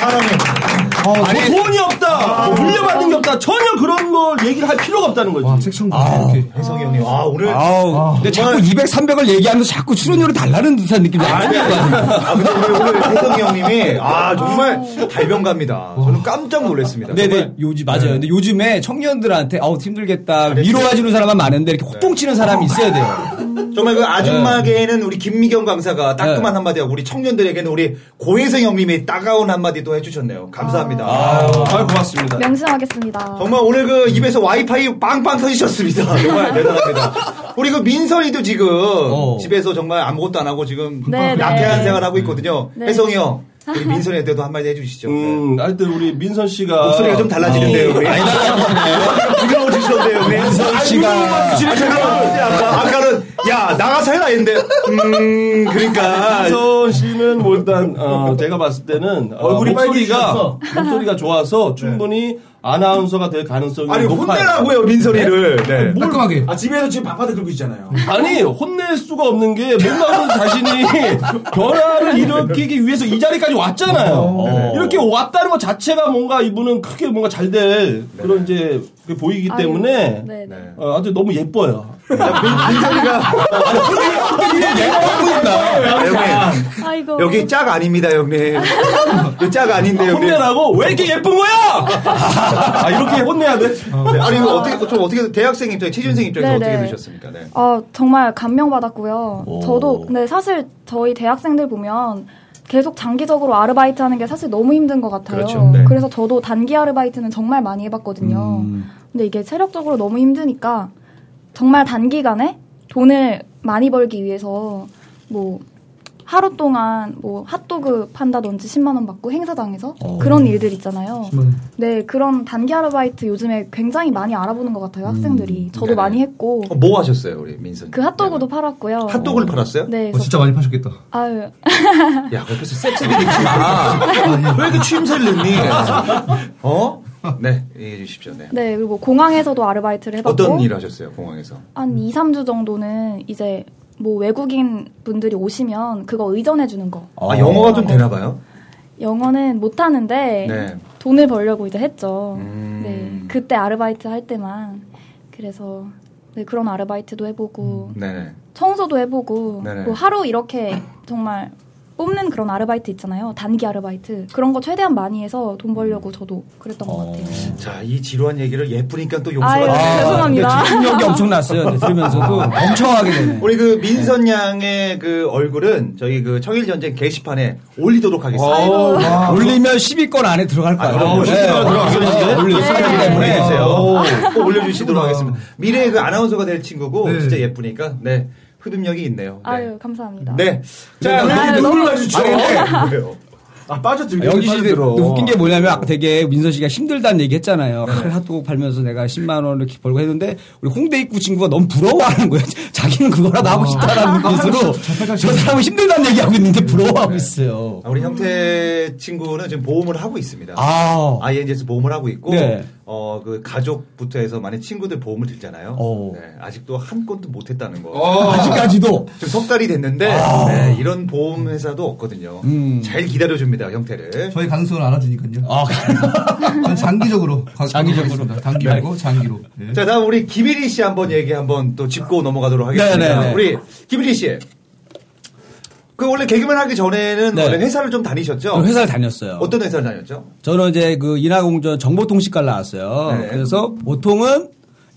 [SPEAKER 8] 아니, 어, 뭐 네. 돈이 없다. 뭐 물려받는 게 없다. 전혀 그런 걸 얘기를 할 필요가 없다는 거지.
[SPEAKER 10] 와, 책청 아, 이렇게.
[SPEAKER 3] 혜성이 형님. 아 오늘
[SPEAKER 9] 아우, 근데 자꾸 200, 300을 얘기하면서 자꾸 출연료를 달라는 듯한 느낌이 아니야.
[SPEAKER 3] 아, 근데 오늘, 오늘 혜성이 형님이 아 정말 달변갑니다. 저는 깜짝 놀랐습니다.
[SPEAKER 9] 네네
[SPEAKER 3] 정말.
[SPEAKER 9] 요즘 맞아요. 근데 요즘에 청년들한테 아우 힘들겠다 위로해주는 사람은 많은데 이렇게 호통치는 사람이 있어야 돼요.
[SPEAKER 3] 정말 그 아줌마계에는 우리 김미경 강사가 따끔한
[SPEAKER 9] 네.
[SPEAKER 3] 한마디 하고 우리 청년들에게는 우리 고혜성 형님이 따가운 한마디도 해주셨네요. 감사합니다.
[SPEAKER 8] 아유, 고맙습니다.
[SPEAKER 11] 명심하겠습니다.
[SPEAKER 3] 정말 오늘 그 입에서 와이파이 빵빵 터지셨습니다. 정말 대단합니다. 우리 그 민선이도 지금
[SPEAKER 9] 어.
[SPEAKER 3] 집에서 정말 아무것도 안 하고 지금
[SPEAKER 11] 네,
[SPEAKER 3] 나태한
[SPEAKER 11] 네.
[SPEAKER 3] 생활하고 있거든요.
[SPEAKER 11] 네.
[SPEAKER 3] 혜성이 형, 우리 민선이한테도 한마디 해주시죠. 네.
[SPEAKER 8] 음, 하여튼 우리 음, 민선 씨가
[SPEAKER 12] 어.
[SPEAKER 3] 목소리가 좀 달라지는데요. 우리.
[SPEAKER 8] 아니,
[SPEAKER 3] 비가 오는 주시던데요, 형님.
[SPEAKER 12] 아,
[SPEAKER 13] 윤선 씨가.
[SPEAKER 3] 아이고, 주시네, 제가. 아까, 아까는, 야, 나가서 해라 했는데, 음, 그러니까.
[SPEAKER 8] 윤선 씨는 뭐 일단 어, 제가 봤을 때는 어,
[SPEAKER 3] 얼굴이
[SPEAKER 8] 목소리가
[SPEAKER 3] 빨개지셨어.
[SPEAKER 8] 목소리가 좋아서 충분히 아나운서가 될 가능성이
[SPEAKER 12] 아니,
[SPEAKER 8] 높아요.
[SPEAKER 12] 혼내라고요, 민설이를. 네.
[SPEAKER 9] 어,
[SPEAKER 12] 네.
[SPEAKER 8] 깔끔하게.
[SPEAKER 12] 아, 집에서 지금 방바닥 긁고 있잖아요.
[SPEAKER 8] 아니 혼낼 수가 없는 게 못나오는 자신이 변화를 일으키기 위해서 이 자리까지 왔잖아요.
[SPEAKER 10] 어, 네.
[SPEAKER 8] 이렇게 왔다는 것 자체가 뭔가 이분은 크게 뭔가 잘 될 그런 이제 그게 보이기
[SPEAKER 11] 아유,
[SPEAKER 8] 때문에
[SPEAKER 11] 네, 네.
[SPEAKER 8] 어, 아주 너무 예뻐요.
[SPEAKER 10] 네,
[SPEAKER 3] 네.
[SPEAKER 12] 어,
[SPEAKER 11] 아이고.
[SPEAKER 3] 어, 여기 짝 아닙니다, 형님. 이거 짝
[SPEAKER 10] 네.
[SPEAKER 3] 아닌데, 형님.
[SPEAKER 8] 혼내라고? 왜 이렇게 예쁜 거야? 아, 이렇게 혼내야 돼?
[SPEAKER 3] 네, 아니, 이거 어떻게, 좀 어떻게, 대학생 입장에, 취준생 입장에서
[SPEAKER 11] 네,
[SPEAKER 3] 어떻게
[SPEAKER 11] 네.
[SPEAKER 3] 드셨습니까? 네.
[SPEAKER 11] 아, 정말 감명받았고요.
[SPEAKER 3] 오.
[SPEAKER 11] 저도 근데 사실 저희 대학생들 보면 계속 장기적으로 아르바이트 하는 게 사실 너무 힘든 것 같아요.
[SPEAKER 14] 그렇죠. 네.
[SPEAKER 11] 래서 저도 단기 아르바이트는 정말 많이 해봤거든요.
[SPEAKER 9] 음.
[SPEAKER 11] 근데 이게 체력적으로 너무 힘드니까 정말 단기간에 돈을 많이 벌기 위해서 뭐 하루 동안 뭐 핫도그 판다든지 10만 원 받고 행사장에서 그런 일들 있잖아요. 네, 그런 단기 아르바이트 요즘에 굉장히 많이 알아보는 것 같아요, 학생들이. 저도
[SPEAKER 3] 네네.
[SPEAKER 11] 많이 했고.
[SPEAKER 3] 어, 뭐 하셨어요, 우리 민선?
[SPEAKER 11] 그 핫도그도 팔았고요.
[SPEAKER 3] 핫도그를 팔았어요?
[SPEAKER 11] 네. 그래서-
[SPEAKER 3] 많이 파셨겠다.
[SPEAKER 11] 아유.
[SPEAKER 3] 야, 옆에서 셉셉이 느지 마. 왜 이렇게 취임새를 냈니? 어? 네, 얘기해 주십시오. 네.
[SPEAKER 11] 네, 그리고 공항에서도 아르바이트를 해봤고.
[SPEAKER 3] 어떤 일 하셨어요, 공항에서?
[SPEAKER 11] 한 2, 3주 정도는 이제 뭐 외국인 분들이 오시면 그거 의전해주는 거.
[SPEAKER 3] 아, 영어가 좀 되나 봐요?
[SPEAKER 11] 영어는 못하는데
[SPEAKER 3] 네. 음.
[SPEAKER 11] 돈을 벌려고 이제 했죠. 네. 그때 아르바이트 할 때만. 그래서 네, 그런 아르바이트도 해보고.
[SPEAKER 3] 음, 네네.
[SPEAKER 11] 청소도 해보고
[SPEAKER 3] 네네.
[SPEAKER 11] 뭐 하루 이렇게 정말 뽑는 그런 아르바이트 있잖아요 단기 아르바이트 그런 거 최대한 많이 해서 돈 벌려고 저도 그랬던 것 같아요
[SPEAKER 9] 어.
[SPEAKER 3] 자, 이 지루한 얘기를 예쁘니까 또
[SPEAKER 11] 아유,
[SPEAKER 3] 용서가 안 돼.
[SPEAKER 11] 죄송합니다. 근데
[SPEAKER 9] 집중력이 엄청났어요. 근데 들으면서도 멍청하게 되네.
[SPEAKER 3] 우리 그 민선 양의 그 얼굴은 저희 그 청일 전쟁 게시판에 올리도록
[SPEAKER 9] 아이고.
[SPEAKER 3] 하겠습니다. 아,
[SPEAKER 9] 와, 올리면 10위권 안에 들어갈 거예요.
[SPEAKER 3] 그럼
[SPEAKER 9] 네,
[SPEAKER 3] 올려
[SPEAKER 9] 올리세요.
[SPEAKER 3] 주세요.
[SPEAKER 9] 아.
[SPEAKER 3] 꼭 올려주시도록 하겠습니다. 미래의 그 아나운서가 될 친구고 진짜 예쁘니까 네 흐름력이 있네요.
[SPEAKER 11] 아유 감사합니다 아,
[SPEAKER 3] 네.
[SPEAKER 11] 자, 왜 이렇게 눈물 마주쳐?
[SPEAKER 3] 아니, 근데
[SPEAKER 12] 아, 빠져들게.
[SPEAKER 9] 여기 씨
[SPEAKER 12] 빠져들어.
[SPEAKER 9] 웃긴 게 뭐냐면 아까 되게 민선 씨가 힘들다는 얘기 했잖아요. 칼 핫도그 팔면서 내가 10만 원을 이렇게 벌고 했는데 우리 홍대 입구 친구가 너무 부러워하는 거예요. 자기는 그거라도 하고 싶다라는
[SPEAKER 3] 아,
[SPEAKER 9] 뜻으로 저 사람은 힘들다는 얘기하고 있는데 부러워하고 있어요.
[SPEAKER 3] 아, 우리 형태 친구는 지금 보험을 하고 있습니다.
[SPEAKER 9] 아.
[SPEAKER 3] ING에서 보험을 하고 있고,
[SPEAKER 9] 네.
[SPEAKER 3] 어, 그 가족부터 해서 많은 친구들 보험을 들잖아요. 네, 아직도 한 건도 못 했다는 거.
[SPEAKER 9] 어. 아직까지도?
[SPEAKER 3] 지금 석 달이 됐는데,
[SPEAKER 9] 아.
[SPEAKER 3] 네, 이런 보험회사도 없거든요.
[SPEAKER 9] 음.
[SPEAKER 3] 잘 기다려줍니다, 형태를.
[SPEAKER 10] 저희 가능성을 알아주니까요. 전 장기적으로. 가- 가겠습니다. 단기로, 장기로. 네.
[SPEAKER 3] 자, 다음 우리 김일희 씨 한번 얘기 한번 또 짚고 넘어가도록 하겠습니다.
[SPEAKER 10] 네, 네, 네.
[SPEAKER 3] 우리 김일희 씨. 그 원래 개그맨 하기 전에는 원래 회사를 좀 다니셨죠?
[SPEAKER 9] 저는 네. 그 회사를 다녔어요.
[SPEAKER 3] 어떤 회사를 다녔죠?
[SPEAKER 9] 저는 이제 그 인하공전 정보통신과 나왔어요.
[SPEAKER 3] 네.
[SPEAKER 9] 그래서 보통은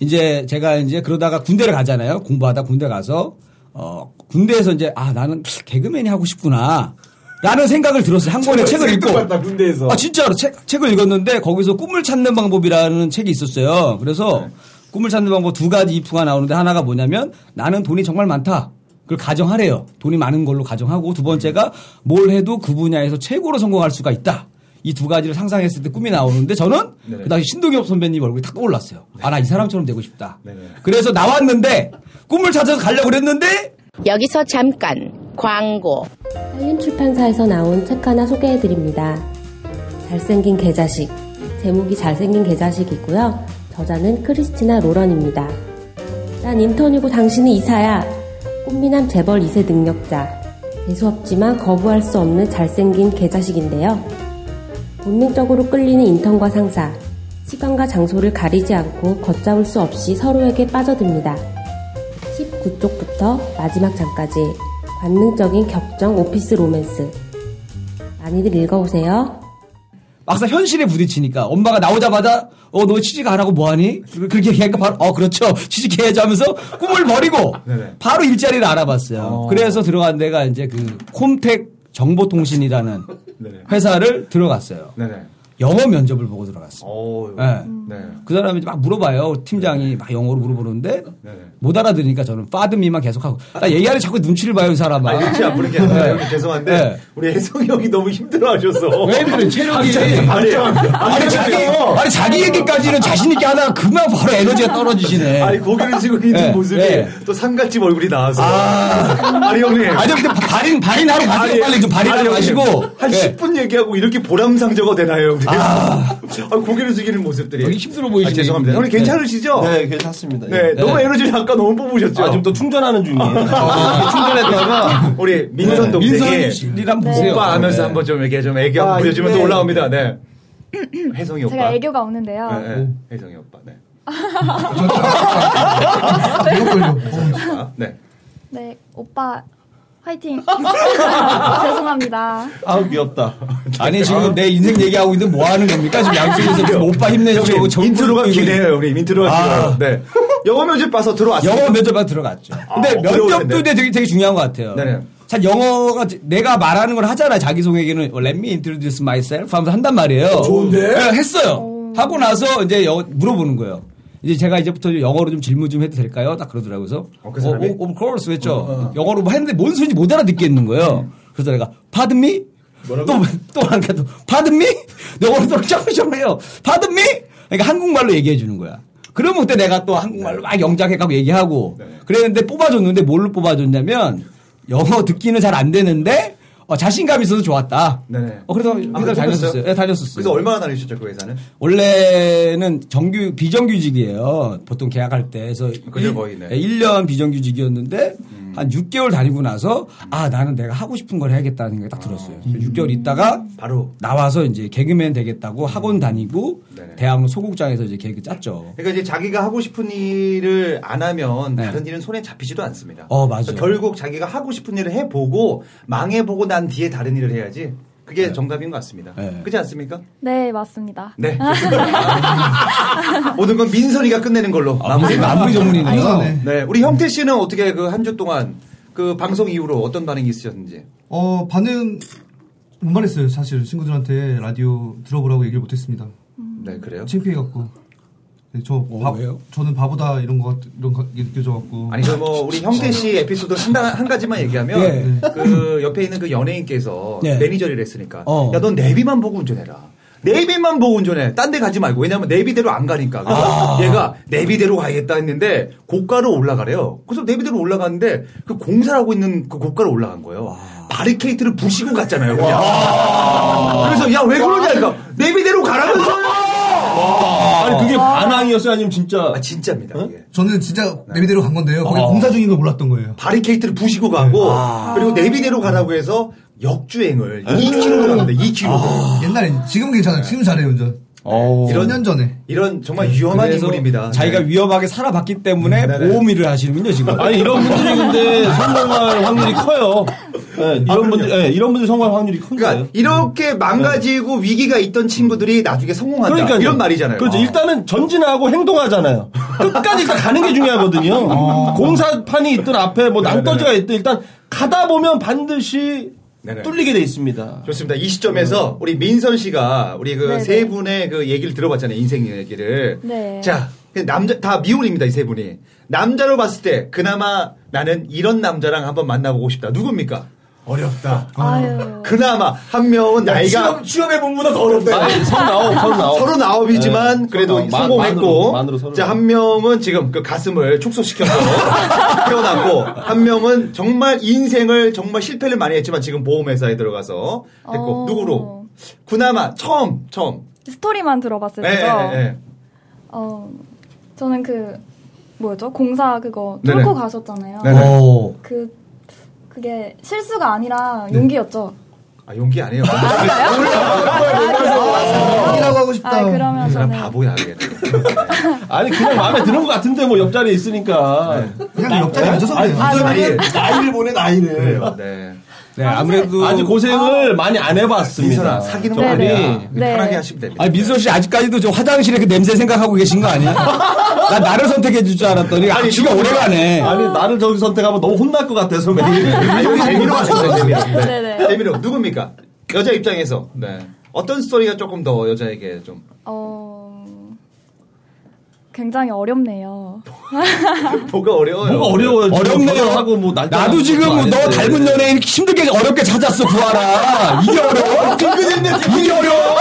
[SPEAKER 9] 이제 제가 이제 그러다가 군대를 가잖아요. 공부하다 군대 가서 어 군대에서 이제 아 나는 개그맨이 하고 싶구나. 라는 생각을 들었어요. 한 권의 책을 읽고.
[SPEAKER 12] 다 군대에서.
[SPEAKER 9] 아 진짜로 책, 책을 읽었는데 거기서 꿈을 찾는 방법이라는 책이 있었어요. 그래서 꿈을 찾는 방법 두 가지 이프가 나오는데 하나가 뭐냐면 나는 돈이 정말 많다. 그걸 가정하래요. 돈이 많은 걸로 가정하고 두 번째가 뭘 해도 그 분야에서 최고로 성공할 수가 있다. 이 두 가지를 상상했을 때 꿈이 나오는데 저는
[SPEAKER 2] 네네.
[SPEAKER 9] 그 당시 신동엽 선배님 얼굴이 탁 떠올랐어요. 아 나 이 사람처럼 되고 싶다.
[SPEAKER 3] 네네.
[SPEAKER 9] 그래서 나왔는데 꿈을 찾아서 가려고 그랬는데
[SPEAKER 4] 여기서 잠깐 광고.
[SPEAKER 7] 한림 출판사에서 나온 책 하나 소개해드립니다. 잘생긴 개자식. 제목이 잘생긴 개자식이고요. 저자는 크리스티나 로런입니다. 난 인턴이고 당신은 이사야. 꽃미남 재벌 2세 능력자. 재수 없지만 거부할 수 없는 잘생긴 개자식인데요. 본능적으로 끌리는 인턴과 상사. 시간과 장소를 가리지 않고 걷잡을 수 없이 서로에게 빠져듭니다. 19쪽부터 마지막 장까지 관능적인 격정 오피스 로맨스 많이들 읽어보세요.
[SPEAKER 9] 막상 현실에 부딪히니까 엄마가 나오자마자 어 너 취직 안 하고 뭐하니? 그렇게 얘기하니까 바로 어 그렇죠 취직해야지 하면서 꿈을 버리고 바로 일자리를 네, 알아봤어요. 그래서 들어간 데가
[SPEAKER 10] 네.
[SPEAKER 9] 이제 그 콤텍 정보통신이라는 회사를 들어갔어요.
[SPEAKER 3] 네, 네네.
[SPEAKER 9] 영어 면접을 보고 들어갔어.
[SPEAKER 12] 오,
[SPEAKER 9] 네.
[SPEAKER 12] 네.
[SPEAKER 9] 그 사람이 막 물어봐요. 팀장이 막 영어로 물어보는데
[SPEAKER 3] 네.
[SPEAKER 9] 못 알아들으니까 저는 파드미만 계속하고 나 얘기하는 자꾸 눈치를 봐요, 이 사람아. 네.
[SPEAKER 3] 아, 눈치 안 부르게 하는 거예요. 죄송한데 우리 혜성이 형이 너무 힘들어하셔서
[SPEAKER 9] 왜 힘들어요? 체력이.
[SPEAKER 3] 아니, 아니,
[SPEAKER 9] 아니, 자기, 아니, 자기 얘기까지는 자신있게 하다가 그만 바로 에너지가 떨어지시네.
[SPEAKER 3] 아니 고개를 숙이고 있는
[SPEAKER 9] 네,
[SPEAKER 3] 모습이
[SPEAKER 9] 네.
[SPEAKER 3] 또 삼각집 얼굴이 나와서
[SPEAKER 9] 아.
[SPEAKER 3] 아, 니 형님
[SPEAKER 9] 아니, 근데 발인, 발인하러 가세요. 빨리 좀 발인하러
[SPEAKER 3] 아니, 형님.
[SPEAKER 9] 가시고.
[SPEAKER 3] 한
[SPEAKER 9] 네.
[SPEAKER 3] 10분 얘기하고 이렇게 보람상자가 되나요 형님 아, 고개를 숙이는 모습들이 힘들어
[SPEAKER 8] 보이시네,
[SPEAKER 3] 죄송합니다
[SPEAKER 8] 형님.
[SPEAKER 3] 형님 괜찮으시죠?
[SPEAKER 8] 네, 괜찮습니다.
[SPEAKER 3] 네,
[SPEAKER 8] 예.
[SPEAKER 3] 너무
[SPEAKER 8] 네.
[SPEAKER 3] 에너지를 아까 너무 뽑으셨죠? 아,
[SPEAKER 8] 아, 지금 또 충전하는 중이에요. 충전했다가
[SPEAKER 3] 우리 민선
[SPEAKER 8] 네,
[SPEAKER 3] 동생이
[SPEAKER 8] 민선 씨를 한번
[SPEAKER 3] 오빠
[SPEAKER 8] 보세요.
[SPEAKER 3] 하면서
[SPEAKER 8] 네.
[SPEAKER 3] 한번 좀 이렇게 좀 애교 한번
[SPEAKER 8] 아,
[SPEAKER 3] 보여주면
[SPEAKER 8] 네.
[SPEAKER 3] 또 올라옵니다. 네. 혜성이 오빠.
[SPEAKER 11] 제가 애교가 없는데요.
[SPEAKER 9] 예.
[SPEAKER 3] 네, 네. 혜성이 오빠. 네. 오빠. 네.
[SPEAKER 11] 네, 오빠 화이팅. 죄송합니다.
[SPEAKER 8] 아우 귀엽다.
[SPEAKER 9] 아니, 지금 내 인생 얘기하고 있는데 뭐 하는 겁니까? 지금 양쪽에서 무슨 오빠 힘내시고.
[SPEAKER 3] 형님,
[SPEAKER 9] 정부
[SPEAKER 3] 인트로가
[SPEAKER 9] 뿌리고
[SPEAKER 3] 기네요, 우리 인트로가 길어요.
[SPEAKER 9] 아.
[SPEAKER 3] 네. 영어 면접 봐서 들어왔어요.
[SPEAKER 9] 영어 면접만 들어갔죠. 근데
[SPEAKER 3] 아,
[SPEAKER 9] 면접도
[SPEAKER 3] 어려운데.
[SPEAKER 9] 되게, 되게 중요한 것 같아요.
[SPEAKER 3] 네네.
[SPEAKER 9] 자, 영어가 지- 내가 말하는 걸 하잖아요. 자기소개에는 Let me introduce myself 하면서 한단
[SPEAKER 3] 어,
[SPEAKER 9] 말이에요. 좋은데? 했어요. 하고 나서 이제 여- 물어보는 거예요. 이제 제가 이제부터 영어로 좀 질문 좀 해도 될까요? 딱 그러더라고요. 그래서
[SPEAKER 3] 그 사람이?
[SPEAKER 9] 어, of course 했죠. 영어로 뭐 했는데 뭔 소리인지 못 알아듣겠는 거예요. 그래서 내가 pardon me? 또또 하니까 또 pardon me? 영어로 또 점프점을 해요. pardon me? 그러니까 한국말로 얘기해 주는 거야. 그러면 그때 내가 또 한국말로 막 영작해가고 얘기하고 그랬는데 뽑아줬는데 뭘로 뽑아줬냐면 영어 듣기는 잘 안 되는데 어, 자신감 있어서 좋았다.
[SPEAKER 3] 네네.
[SPEAKER 9] 어, 그래서 회사 다녔었어요. 예, 다녔었어요.
[SPEAKER 3] 그래서 얼마나 다니셨죠, 그 회사는?
[SPEAKER 9] 원래는 정규 비정규직이에요. 보통 계약할 때 그래서 예,
[SPEAKER 3] 그죠, 거의, 네.
[SPEAKER 9] 1년 비정규직이었는데 한 6개월 다니고 나서 아 나는 내가 하고 싶은 걸 해야겠다는 생각이 딱 들었어요. 6개월 있다가
[SPEAKER 3] 바로
[SPEAKER 9] 나와서 이제 개그맨 되겠다고 학원 다니고
[SPEAKER 3] 네네.
[SPEAKER 9] 대학 소극장에서 이제 계획 짰죠.
[SPEAKER 3] 그러니까 이제 자기가 하고 싶은 일을 안 하면 다른 일은 손에 잡히지도 않습니다.
[SPEAKER 9] 네. 어, 맞아요.
[SPEAKER 3] 그러니까 결국 자기가 하고 싶은 일을 해보고 망해보고 난 뒤에 다른 일을 해야지 그게
[SPEAKER 9] 네.
[SPEAKER 3] 정답인 것 같습니다. 그렇지 않습니까?
[SPEAKER 11] 네, 맞습니다.
[SPEAKER 3] 네. 모든 건 민선이가 끝내는 걸로 마무리.
[SPEAKER 9] 아, 마무리 전문이네요.
[SPEAKER 3] 아, 네. 네. 우리 형태 씨는 어떻게 그 한 주 동안 그 방송 이후로 어떤 반응이 있으셨는지.
[SPEAKER 10] 어, 반응 못 말했어요. 사실 친구들한테 라디오 들어보라고 얘기를 못했습니다.
[SPEAKER 3] 네, 그래요?
[SPEAKER 10] 창피해 갖고. 네, 저
[SPEAKER 12] 어,
[SPEAKER 10] 바, 저는 바보다 이런 거 같- 이런 거 느껴져 갖고.
[SPEAKER 3] 아니 그 뭐 우리 형태 씨 에피소드 한, 단- 한 가지만 얘기하면
[SPEAKER 10] 예.
[SPEAKER 3] 그 옆에 있는 그 연예인께서
[SPEAKER 10] 예.
[SPEAKER 3] 매니저를 했으니까
[SPEAKER 10] 어.
[SPEAKER 3] 야 넌 내비만 보고 운전해라. 내비만 보고 운전해. 딴 데 가지 말고. 왜냐면 내비대로 안 가니까. 그래서 얘가 내비대로 가야겠다 했는데 고가로 올라가래요. 그래서 내비대로 올라갔는데 그 공사를 하고 있는 그 고가로 올라간 거예요. 바리케이트를 부시고 갔잖아요. 그냥. 그래서 야 왜 그러냐 니까 내비대로 가라면서요.
[SPEAKER 8] 아니 그게 반항이었어요, 아니면 진짜? 아
[SPEAKER 3] 진짜입니다. 이게.
[SPEAKER 10] 저는 진짜
[SPEAKER 12] 네.
[SPEAKER 10] 내비대로 간 건데요. 거기
[SPEAKER 3] 어.
[SPEAKER 10] 공사 중인 걸 몰랐던 거예요.
[SPEAKER 3] 바리케이트를 부시고
[SPEAKER 8] 네.
[SPEAKER 3] 가고
[SPEAKER 8] 아.
[SPEAKER 3] 그리고 내비대로 가라고 해서 역주행을 2km로 갑니다. 2km로.
[SPEAKER 8] 아.
[SPEAKER 10] 옛날에 지금 은
[SPEAKER 12] 네.
[SPEAKER 10] 괜찮아요. 지금 잘해요 운전.
[SPEAKER 3] 이런-
[SPEAKER 8] 어.
[SPEAKER 10] 10년 전에.
[SPEAKER 3] 이런
[SPEAKER 8] 네.
[SPEAKER 3] 정말 위험한
[SPEAKER 9] 그래서
[SPEAKER 3] 인물입니다. 네.
[SPEAKER 9] 자기가 위험하게 살아봤기 때문에 보험 일을 하시는군요 지금.
[SPEAKER 8] 아니 이런 분들이 근데 성공할 확률이 커요. 네, 이런 분들, 예, 이런 분들 성공할 확률이 큰 거예요.
[SPEAKER 3] 아, 그러니까 이렇게 망가지고 위기가 있던 친구들이 나중에 성공한다.
[SPEAKER 8] 그러니까
[SPEAKER 3] 이런 말이잖아요.
[SPEAKER 8] 그렇죠. 일단은 전진하고 행동하잖아요. 끝까지 일단 가는 게 중요하거든요. 공사판이 있든 앞에 뭐 낭떠지가 있든 일단 가다 보면 반드시
[SPEAKER 3] 네네.
[SPEAKER 8] 뚫리게 돼 있습니다.
[SPEAKER 3] 좋습니다. 이
[SPEAKER 11] 음.
[SPEAKER 3] 시점에서 우리 민선 씨가 우리 그
[SPEAKER 8] 네네.
[SPEAKER 3] 세 분의 그 얘기를 들어봤잖아요. 인생 얘기를.
[SPEAKER 11] 네.
[SPEAKER 3] 자, 그 남자 다 미혼입니다. 이 세 분이. 남자로 봤을 때 그나마 나는 이런 남자랑 한번 만나보고 싶다. 누굽니까? 어렵다.
[SPEAKER 11] 아유.
[SPEAKER 3] 그나마 한 명은
[SPEAKER 12] 야,
[SPEAKER 3] 나이가
[SPEAKER 12] 취업- 취업의 본보다 더 어렵다.
[SPEAKER 3] 아니,
[SPEAKER 8] 서른아홉, 서른아홉.
[SPEAKER 3] 이지만
[SPEAKER 8] 어. 네,
[SPEAKER 3] 그래도
[SPEAKER 8] 서른아홉. 만- 만으로,
[SPEAKER 3] 성공했고
[SPEAKER 8] 만으로 서른아홉.
[SPEAKER 3] 자, 한 명은 지금 그 가슴을 축소시켜서 태어났고 한 명은 정말 인생을 정말 실패를 많이 했지만 지금 보험회사에 들어가서 했고
[SPEAKER 11] 어.
[SPEAKER 3] 누구로 그나마 처음 처음
[SPEAKER 11] 스토리만 들어봤을
[SPEAKER 12] 네,
[SPEAKER 11] 때죠.
[SPEAKER 3] 예, 예, 예.
[SPEAKER 11] 어, 저는 그 뭐였죠? 공사 그거
[SPEAKER 3] 네네.
[SPEAKER 11] 뚫고 가셨잖아요.
[SPEAKER 3] 네네. 오.
[SPEAKER 11] 그 그게 실수가 아니라 용기였죠.
[SPEAKER 3] 아 용기 아니에요
[SPEAKER 10] 이라고 하고 싶다.
[SPEAKER 11] 아, 그러면
[SPEAKER 12] 네.
[SPEAKER 3] 난
[SPEAKER 11] 저는
[SPEAKER 3] 바보야 그게.
[SPEAKER 8] 아니 그냥 마음에 드는 것 같은데 뭐 옆자리에 있으니까
[SPEAKER 3] 네.
[SPEAKER 10] 그냥 옆자리에 앉아서 그래요.
[SPEAKER 8] 아니,
[SPEAKER 10] 아,
[SPEAKER 8] 아니,
[SPEAKER 10] 그래요?
[SPEAKER 8] 나이를 보내 나이를
[SPEAKER 3] 그래요. 네.
[SPEAKER 9] 네, 아무래도
[SPEAKER 8] 아직 고생을 많이 안 해봤습니다.
[SPEAKER 9] 민선아, 사귀는 거 아니야. 네. 편하게
[SPEAKER 3] 하시면 됩니다.
[SPEAKER 9] 아 민선 씨 아직까지도 저 화장실에 그 냄새 생각하고 계신 거 아니에요? 나 나를 선택해 줄 줄 알았더니 아니 지가 오래가네.
[SPEAKER 8] 아니 나를 저기 선택하면 너무 혼날 것 같아서 매일.
[SPEAKER 3] 재미로 하셨어요 재미로
[SPEAKER 11] 네네.
[SPEAKER 3] 네. 재미로 누굽니까 여자 입장에서 네 어떤 스토리가 조금 더 여자에게 좀
[SPEAKER 11] 어, 굉장히 어렵네요.
[SPEAKER 3] 뭐가 어려워요?
[SPEAKER 8] 뭐가 어려워요? 지금
[SPEAKER 9] 어렵네요.
[SPEAKER 8] 하고 뭐 날짜
[SPEAKER 9] 나도 지금
[SPEAKER 8] 안
[SPEAKER 9] 너
[SPEAKER 8] 했는데.
[SPEAKER 9] 닮은 연예인 이렇게 힘들게 어렵게 찾았어 구하라 이게 어려워 이게 어려워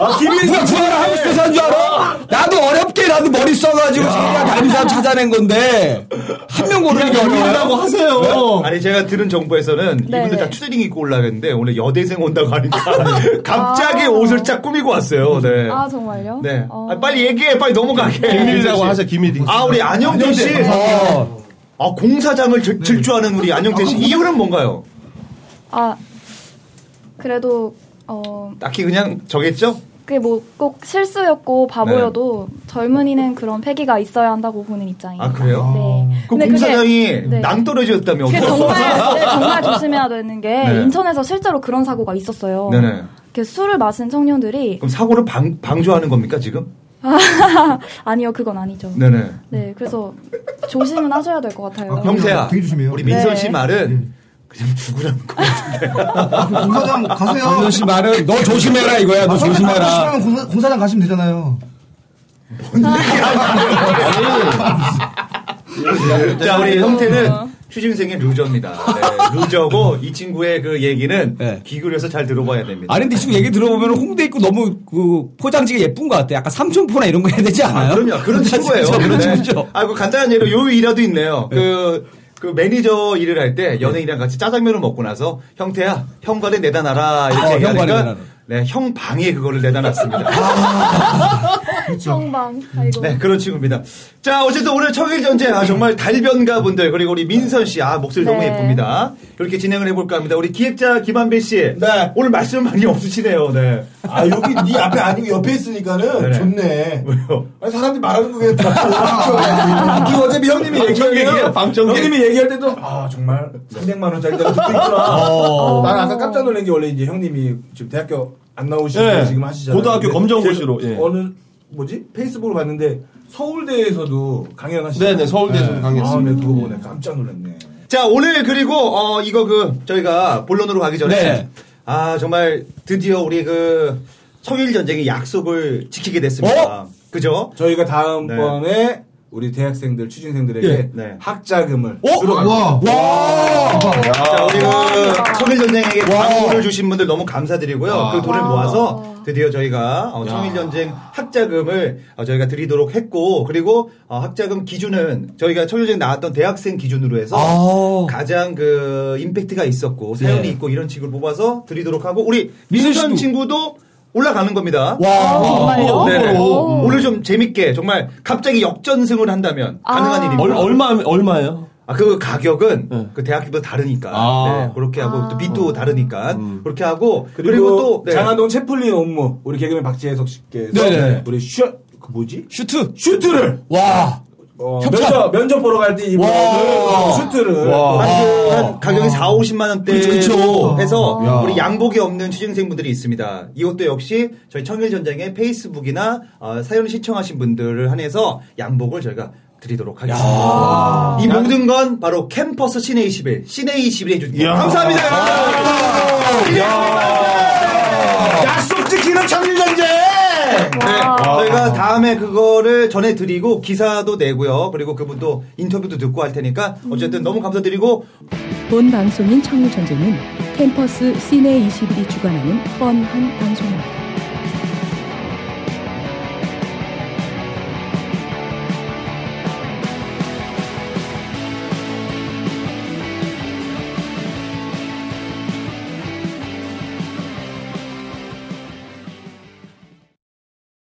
[SPEAKER 8] 아,
[SPEAKER 9] 어? 누가 구하라 하고 싶어서 한 줄 알아 나도 어렵게 나도 머리 써가지고 자기가 닮은 사람 찾아낸 건데 한 명 고르는 게 어려워요
[SPEAKER 3] 네? 아니 제가 들은 정보에서는
[SPEAKER 11] 네,
[SPEAKER 3] 이분들
[SPEAKER 11] 네.
[SPEAKER 3] 다 추리닝 입고 올라갔는데 오늘 여대생 온다고
[SPEAKER 8] 아.
[SPEAKER 3] 하니까 갑자기 옷을 쫙 꾸미고 왔어요. 네.
[SPEAKER 11] 아, 정말요?
[SPEAKER 3] 네.
[SPEAKER 8] 어.
[SPEAKER 3] 아, 빨리 얘기해. 빨리 넘어가게.
[SPEAKER 10] 네.
[SPEAKER 8] 김일이라고 하세요,
[SPEAKER 3] 김일이. 아, 우리 안영태 씨.
[SPEAKER 8] 어.
[SPEAKER 3] 아, 공사장을 질- 질주하는 우리 안영태 씨. 이유는 뭔가요?
[SPEAKER 11] 아, 그래도, 어,
[SPEAKER 3] 딱히 그냥 저겠죠?
[SPEAKER 11] 그게 뭐 꼭 실수였고 바보여도
[SPEAKER 8] 네.
[SPEAKER 11] 젊은이는 그런 패기가 있어야 한다고 보는 입장이에요.
[SPEAKER 3] 아, 그래요?
[SPEAKER 11] 네.
[SPEAKER 3] 그
[SPEAKER 11] 근데 그게-
[SPEAKER 3] 공사장이
[SPEAKER 11] 네.
[SPEAKER 3] 낭떠러지였다며.
[SPEAKER 11] 그게 정말, 네, 정말 조심해야 되는 게
[SPEAKER 3] 네.
[SPEAKER 11] 인천에서 실제로 그런 사고가 있었어요.
[SPEAKER 3] 네네.
[SPEAKER 11] 이렇게 술을 마신 청년들이
[SPEAKER 3] 그럼 사고를 방, 방조하는 겁니까, 지금?
[SPEAKER 11] 아니요 그건 아니죠.
[SPEAKER 3] 네네. 어,
[SPEAKER 11] 네, 그래서 조심은 하셔야 될 것 같아요.
[SPEAKER 3] 형태야. 우리 민선 씨
[SPEAKER 11] 네.
[SPEAKER 3] 말은 그냥 죽으라는 거.
[SPEAKER 10] 공사장 가세요.
[SPEAKER 9] 정선 씨 말은 너 조심해라 이거야 너 조심해라
[SPEAKER 10] 면 공사, 공사장 가시면 되잖아요.
[SPEAKER 11] 네.
[SPEAKER 3] 자, 우리 형태는
[SPEAKER 11] 어.
[SPEAKER 3] 휴진생의 루저입니다. 네, 루저고 이 친구의 그 얘기는
[SPEAKER 11] 네.
[SPEAKER 3] 귀 기울여서 잘 들어봐야 됩니다.
[SPEAKER 9] 아니 근데 지금 얘기 들어보면 홍대 입고 너무 그 포장지가 예쁜 것 같아 약간 삼촌포나 이런 거 해야 되지 않아요?
[SPEAKER 3] 그럼요. 그런
[SPEAKER 9] 다
[SPEAKER 3] 친구예요.
[SPEAKER 9] 진짜 그런
[SPEAKER 3] 네.
[SPEAKER 9] 친구죠
[SPEAKER 3] 아, 그 간단한 예로 요 일화도 있네요. 그, 그 매니저 일을 할 때 연예인이랑 같이 짜장면을 먹고 나서 형태야, 현관에 내다 놔라. 이렇게
[SPEAKER 9] 어, 현관에
[SPEAKER 3] 얘기하니까
[SPEAKER 9] 내다 놔라.
[SPEAKER 3] 네, 형 방에 그거를 내다 놨습니다.
[SPEAKER 9] 아.
[SPEAKER 11] 청방. 아이고.
[SPEAKER 3] 네, 그런 친구입니다. 자, 어쨌든 오늘 청일전쟁, 아, 정말 달변가 분들, 그리고 우리 민선 씨, 아, 목소리 너무
[SPEAKER 11] 네.
[SPEAKER 3] 예쁩니다. 이렇게 진행을 해볼까 합니다. 우리 기획자 김한배 씨.
[SPEAKER 12] 네.
[SPEAKER 3] 오늘 말씀 많이 없으시네요, 네.
[SPEAKER 12] 아 여기 네 앞에 아니고 옆에 있으니까는
[SPEAKER 3] 네네.
[SPEAKER 12] 좋네.
[SPEAKER 3] 왜요?
[SPEAKER 12] 아니, 사람들이 말하는 거 그냥 다. 이거 어차피 형님이 얘기하면
[SPEAKER 3] 방청객.
[SPEAKER 12] 형님이 얘기할 때도 아 정말 300만 원짜리 내가 듣고 있구나. 나는 아까 깜짝 놀란 게 원래 이제 형님이 지금 대학교 안 나오시고
[SPEAKER 8] 네.
[SPEAKER 12] 지금 하시잖아요.
[SPEAKER 8] 고등학교
[SPEAKER 12] 근데
[SPEAKER 8] 검정고시로,
[SPEAKER 12] 제가
[SPEAKER 8] 예.
[SPEAKER 12] 어느 뭐지 페이스북으로 봤는데 서울대에서도 강연하시죠.
[SPEAKER 8] 네네, 서울대에서도 강연했습니다.
[SPEAKER 12] 아, 네, 그거 보네 깜짝 놀랐네.
[SPEAKER 3] 자, 오늘 그리고, 어, 이거 그, 저희가 본론으로 가기 전에.
[SPEAKER 9] 네.
[SPEAKER 3] 아, 정말 드디어 우리 그, 청일전쟁의 약속을 지키게
[SPEAKER 9] 어?
[SPEAKER 3] 됐습니다. 그죠?
[SPEAKER 12] 저희가 다음번에 우리 대학생들 취준생들에게
[SPEAKER 3] 예. 네.
[SPEAKER 12] 학자금을
[SPEAKER 9] 어?
[SPEAKER 12] 주러 갑니다.
[SPEAKER 3] 자, 우리 그 청일전쟁에게 광고를 주신 분들 너무 감사드리고요.
[SPEAKER 9] 아.
[SPEAKER 3] 그 돈을
[SPEAKER 11] 와.
[SPEAKER 3] 모아서 드디어 저희가 어, 청일전쟁 학자금을 어, 저희가 드리도록 했고, 그리고 어, 학자금 기준은 저희가 청일전쟁 나왔던 대학생 기준으로 해서
[SPEAKER 9] 아.
[SPEAKER 3] 가장 그 임팩트가 있었고, 사연이 있고 이런 친구를 뽑아서 드리도록 하고, 우리
[SPEAKER 9] 민선
[SPEAKER 3] 민선
[SPEAKER 9] 씨도.
[SPEAKER 3] 친구도 올라가는 겁니다.
[SPEAKER 11] 아, 정말요?
[SPEAKER 3] 네네.
[SPEAKER 11] 오.
[SPEAKER 3] 오늘 좀 재밌게 정말 갑자기 역전승을 한다면 가능한
[SPEAKER 11] 아.
[SPEAKER 3] 일입니다.
[SPEAKER 8] 얼, 얼마 얼마예요?
[SPEAKER 3] 아, 그 가격은
[SPEAKER 8] 네.
[SPEAKER 3] 그 대학교보다 다르니까.
[SPEAKER 8] 아.
[SPEAKER 3] 네, 그렇게 하고, 또 빚도 다르니까.
[SPEAKER 8] 음.
[SPEAKER 3] 그렇게 하고,
[SPEAKER 12] 그리고,
[SPEAKER 3] 그리고, 또, 네.
[SPEAKER 12] 장안동 채플린 업무 우리 개그맨 박재석 씨께서
[SPEAKER 9] 네네.
[SPEAKER 12] 우리 슈그 뭐지
[SPEAKER 9] 슈트
[SPEAKER 12] 슈트를
[SPEAKER 9] 와
[SPEAKER 12] 어,
[SPEAKER 9] 협찬.
[SPEAKER 12] 면접 면접 보러 갈 때 입은 그
[SPEAKER 9] 와.
[SPEAKER 12] 슈트를
[SPEAKER 8] 와.
[SPEAKER 3] 한, 그 한 가격이 4, 50만 원대로
[SPEAKER 9] 아. 그쵸.
[SPEAKER 3] 해서
[SPEAKER 8] 야.
[SPEAKER 3] 우리 양복이 없는 취준생분들이 있습니다. 이것도 역시 저희 청일전쟁의 페이스북이나 어, 사연 시청하신 분들을 한해서 양복을 저희가 드리도록 하겠습니다. 이 모든 건 바로 캠퍼스 시내 21, 시내 21이 해주니다 감사합니다.
[SPEAKER 12] 약속 지키는 청일전쟁
[SPEAKER 3] 네, 저희가 다음에 그거를 전해드리고 기사도 내고요. 그리고 그분도 인터뷰도 듣고 할 테니까 어쨌든 너무 감사드리고
[SPEAKER 13] 본 방송인 청일전쟁은 캠퍼스 시내 21이 주관하는 뻔한 방송입니다.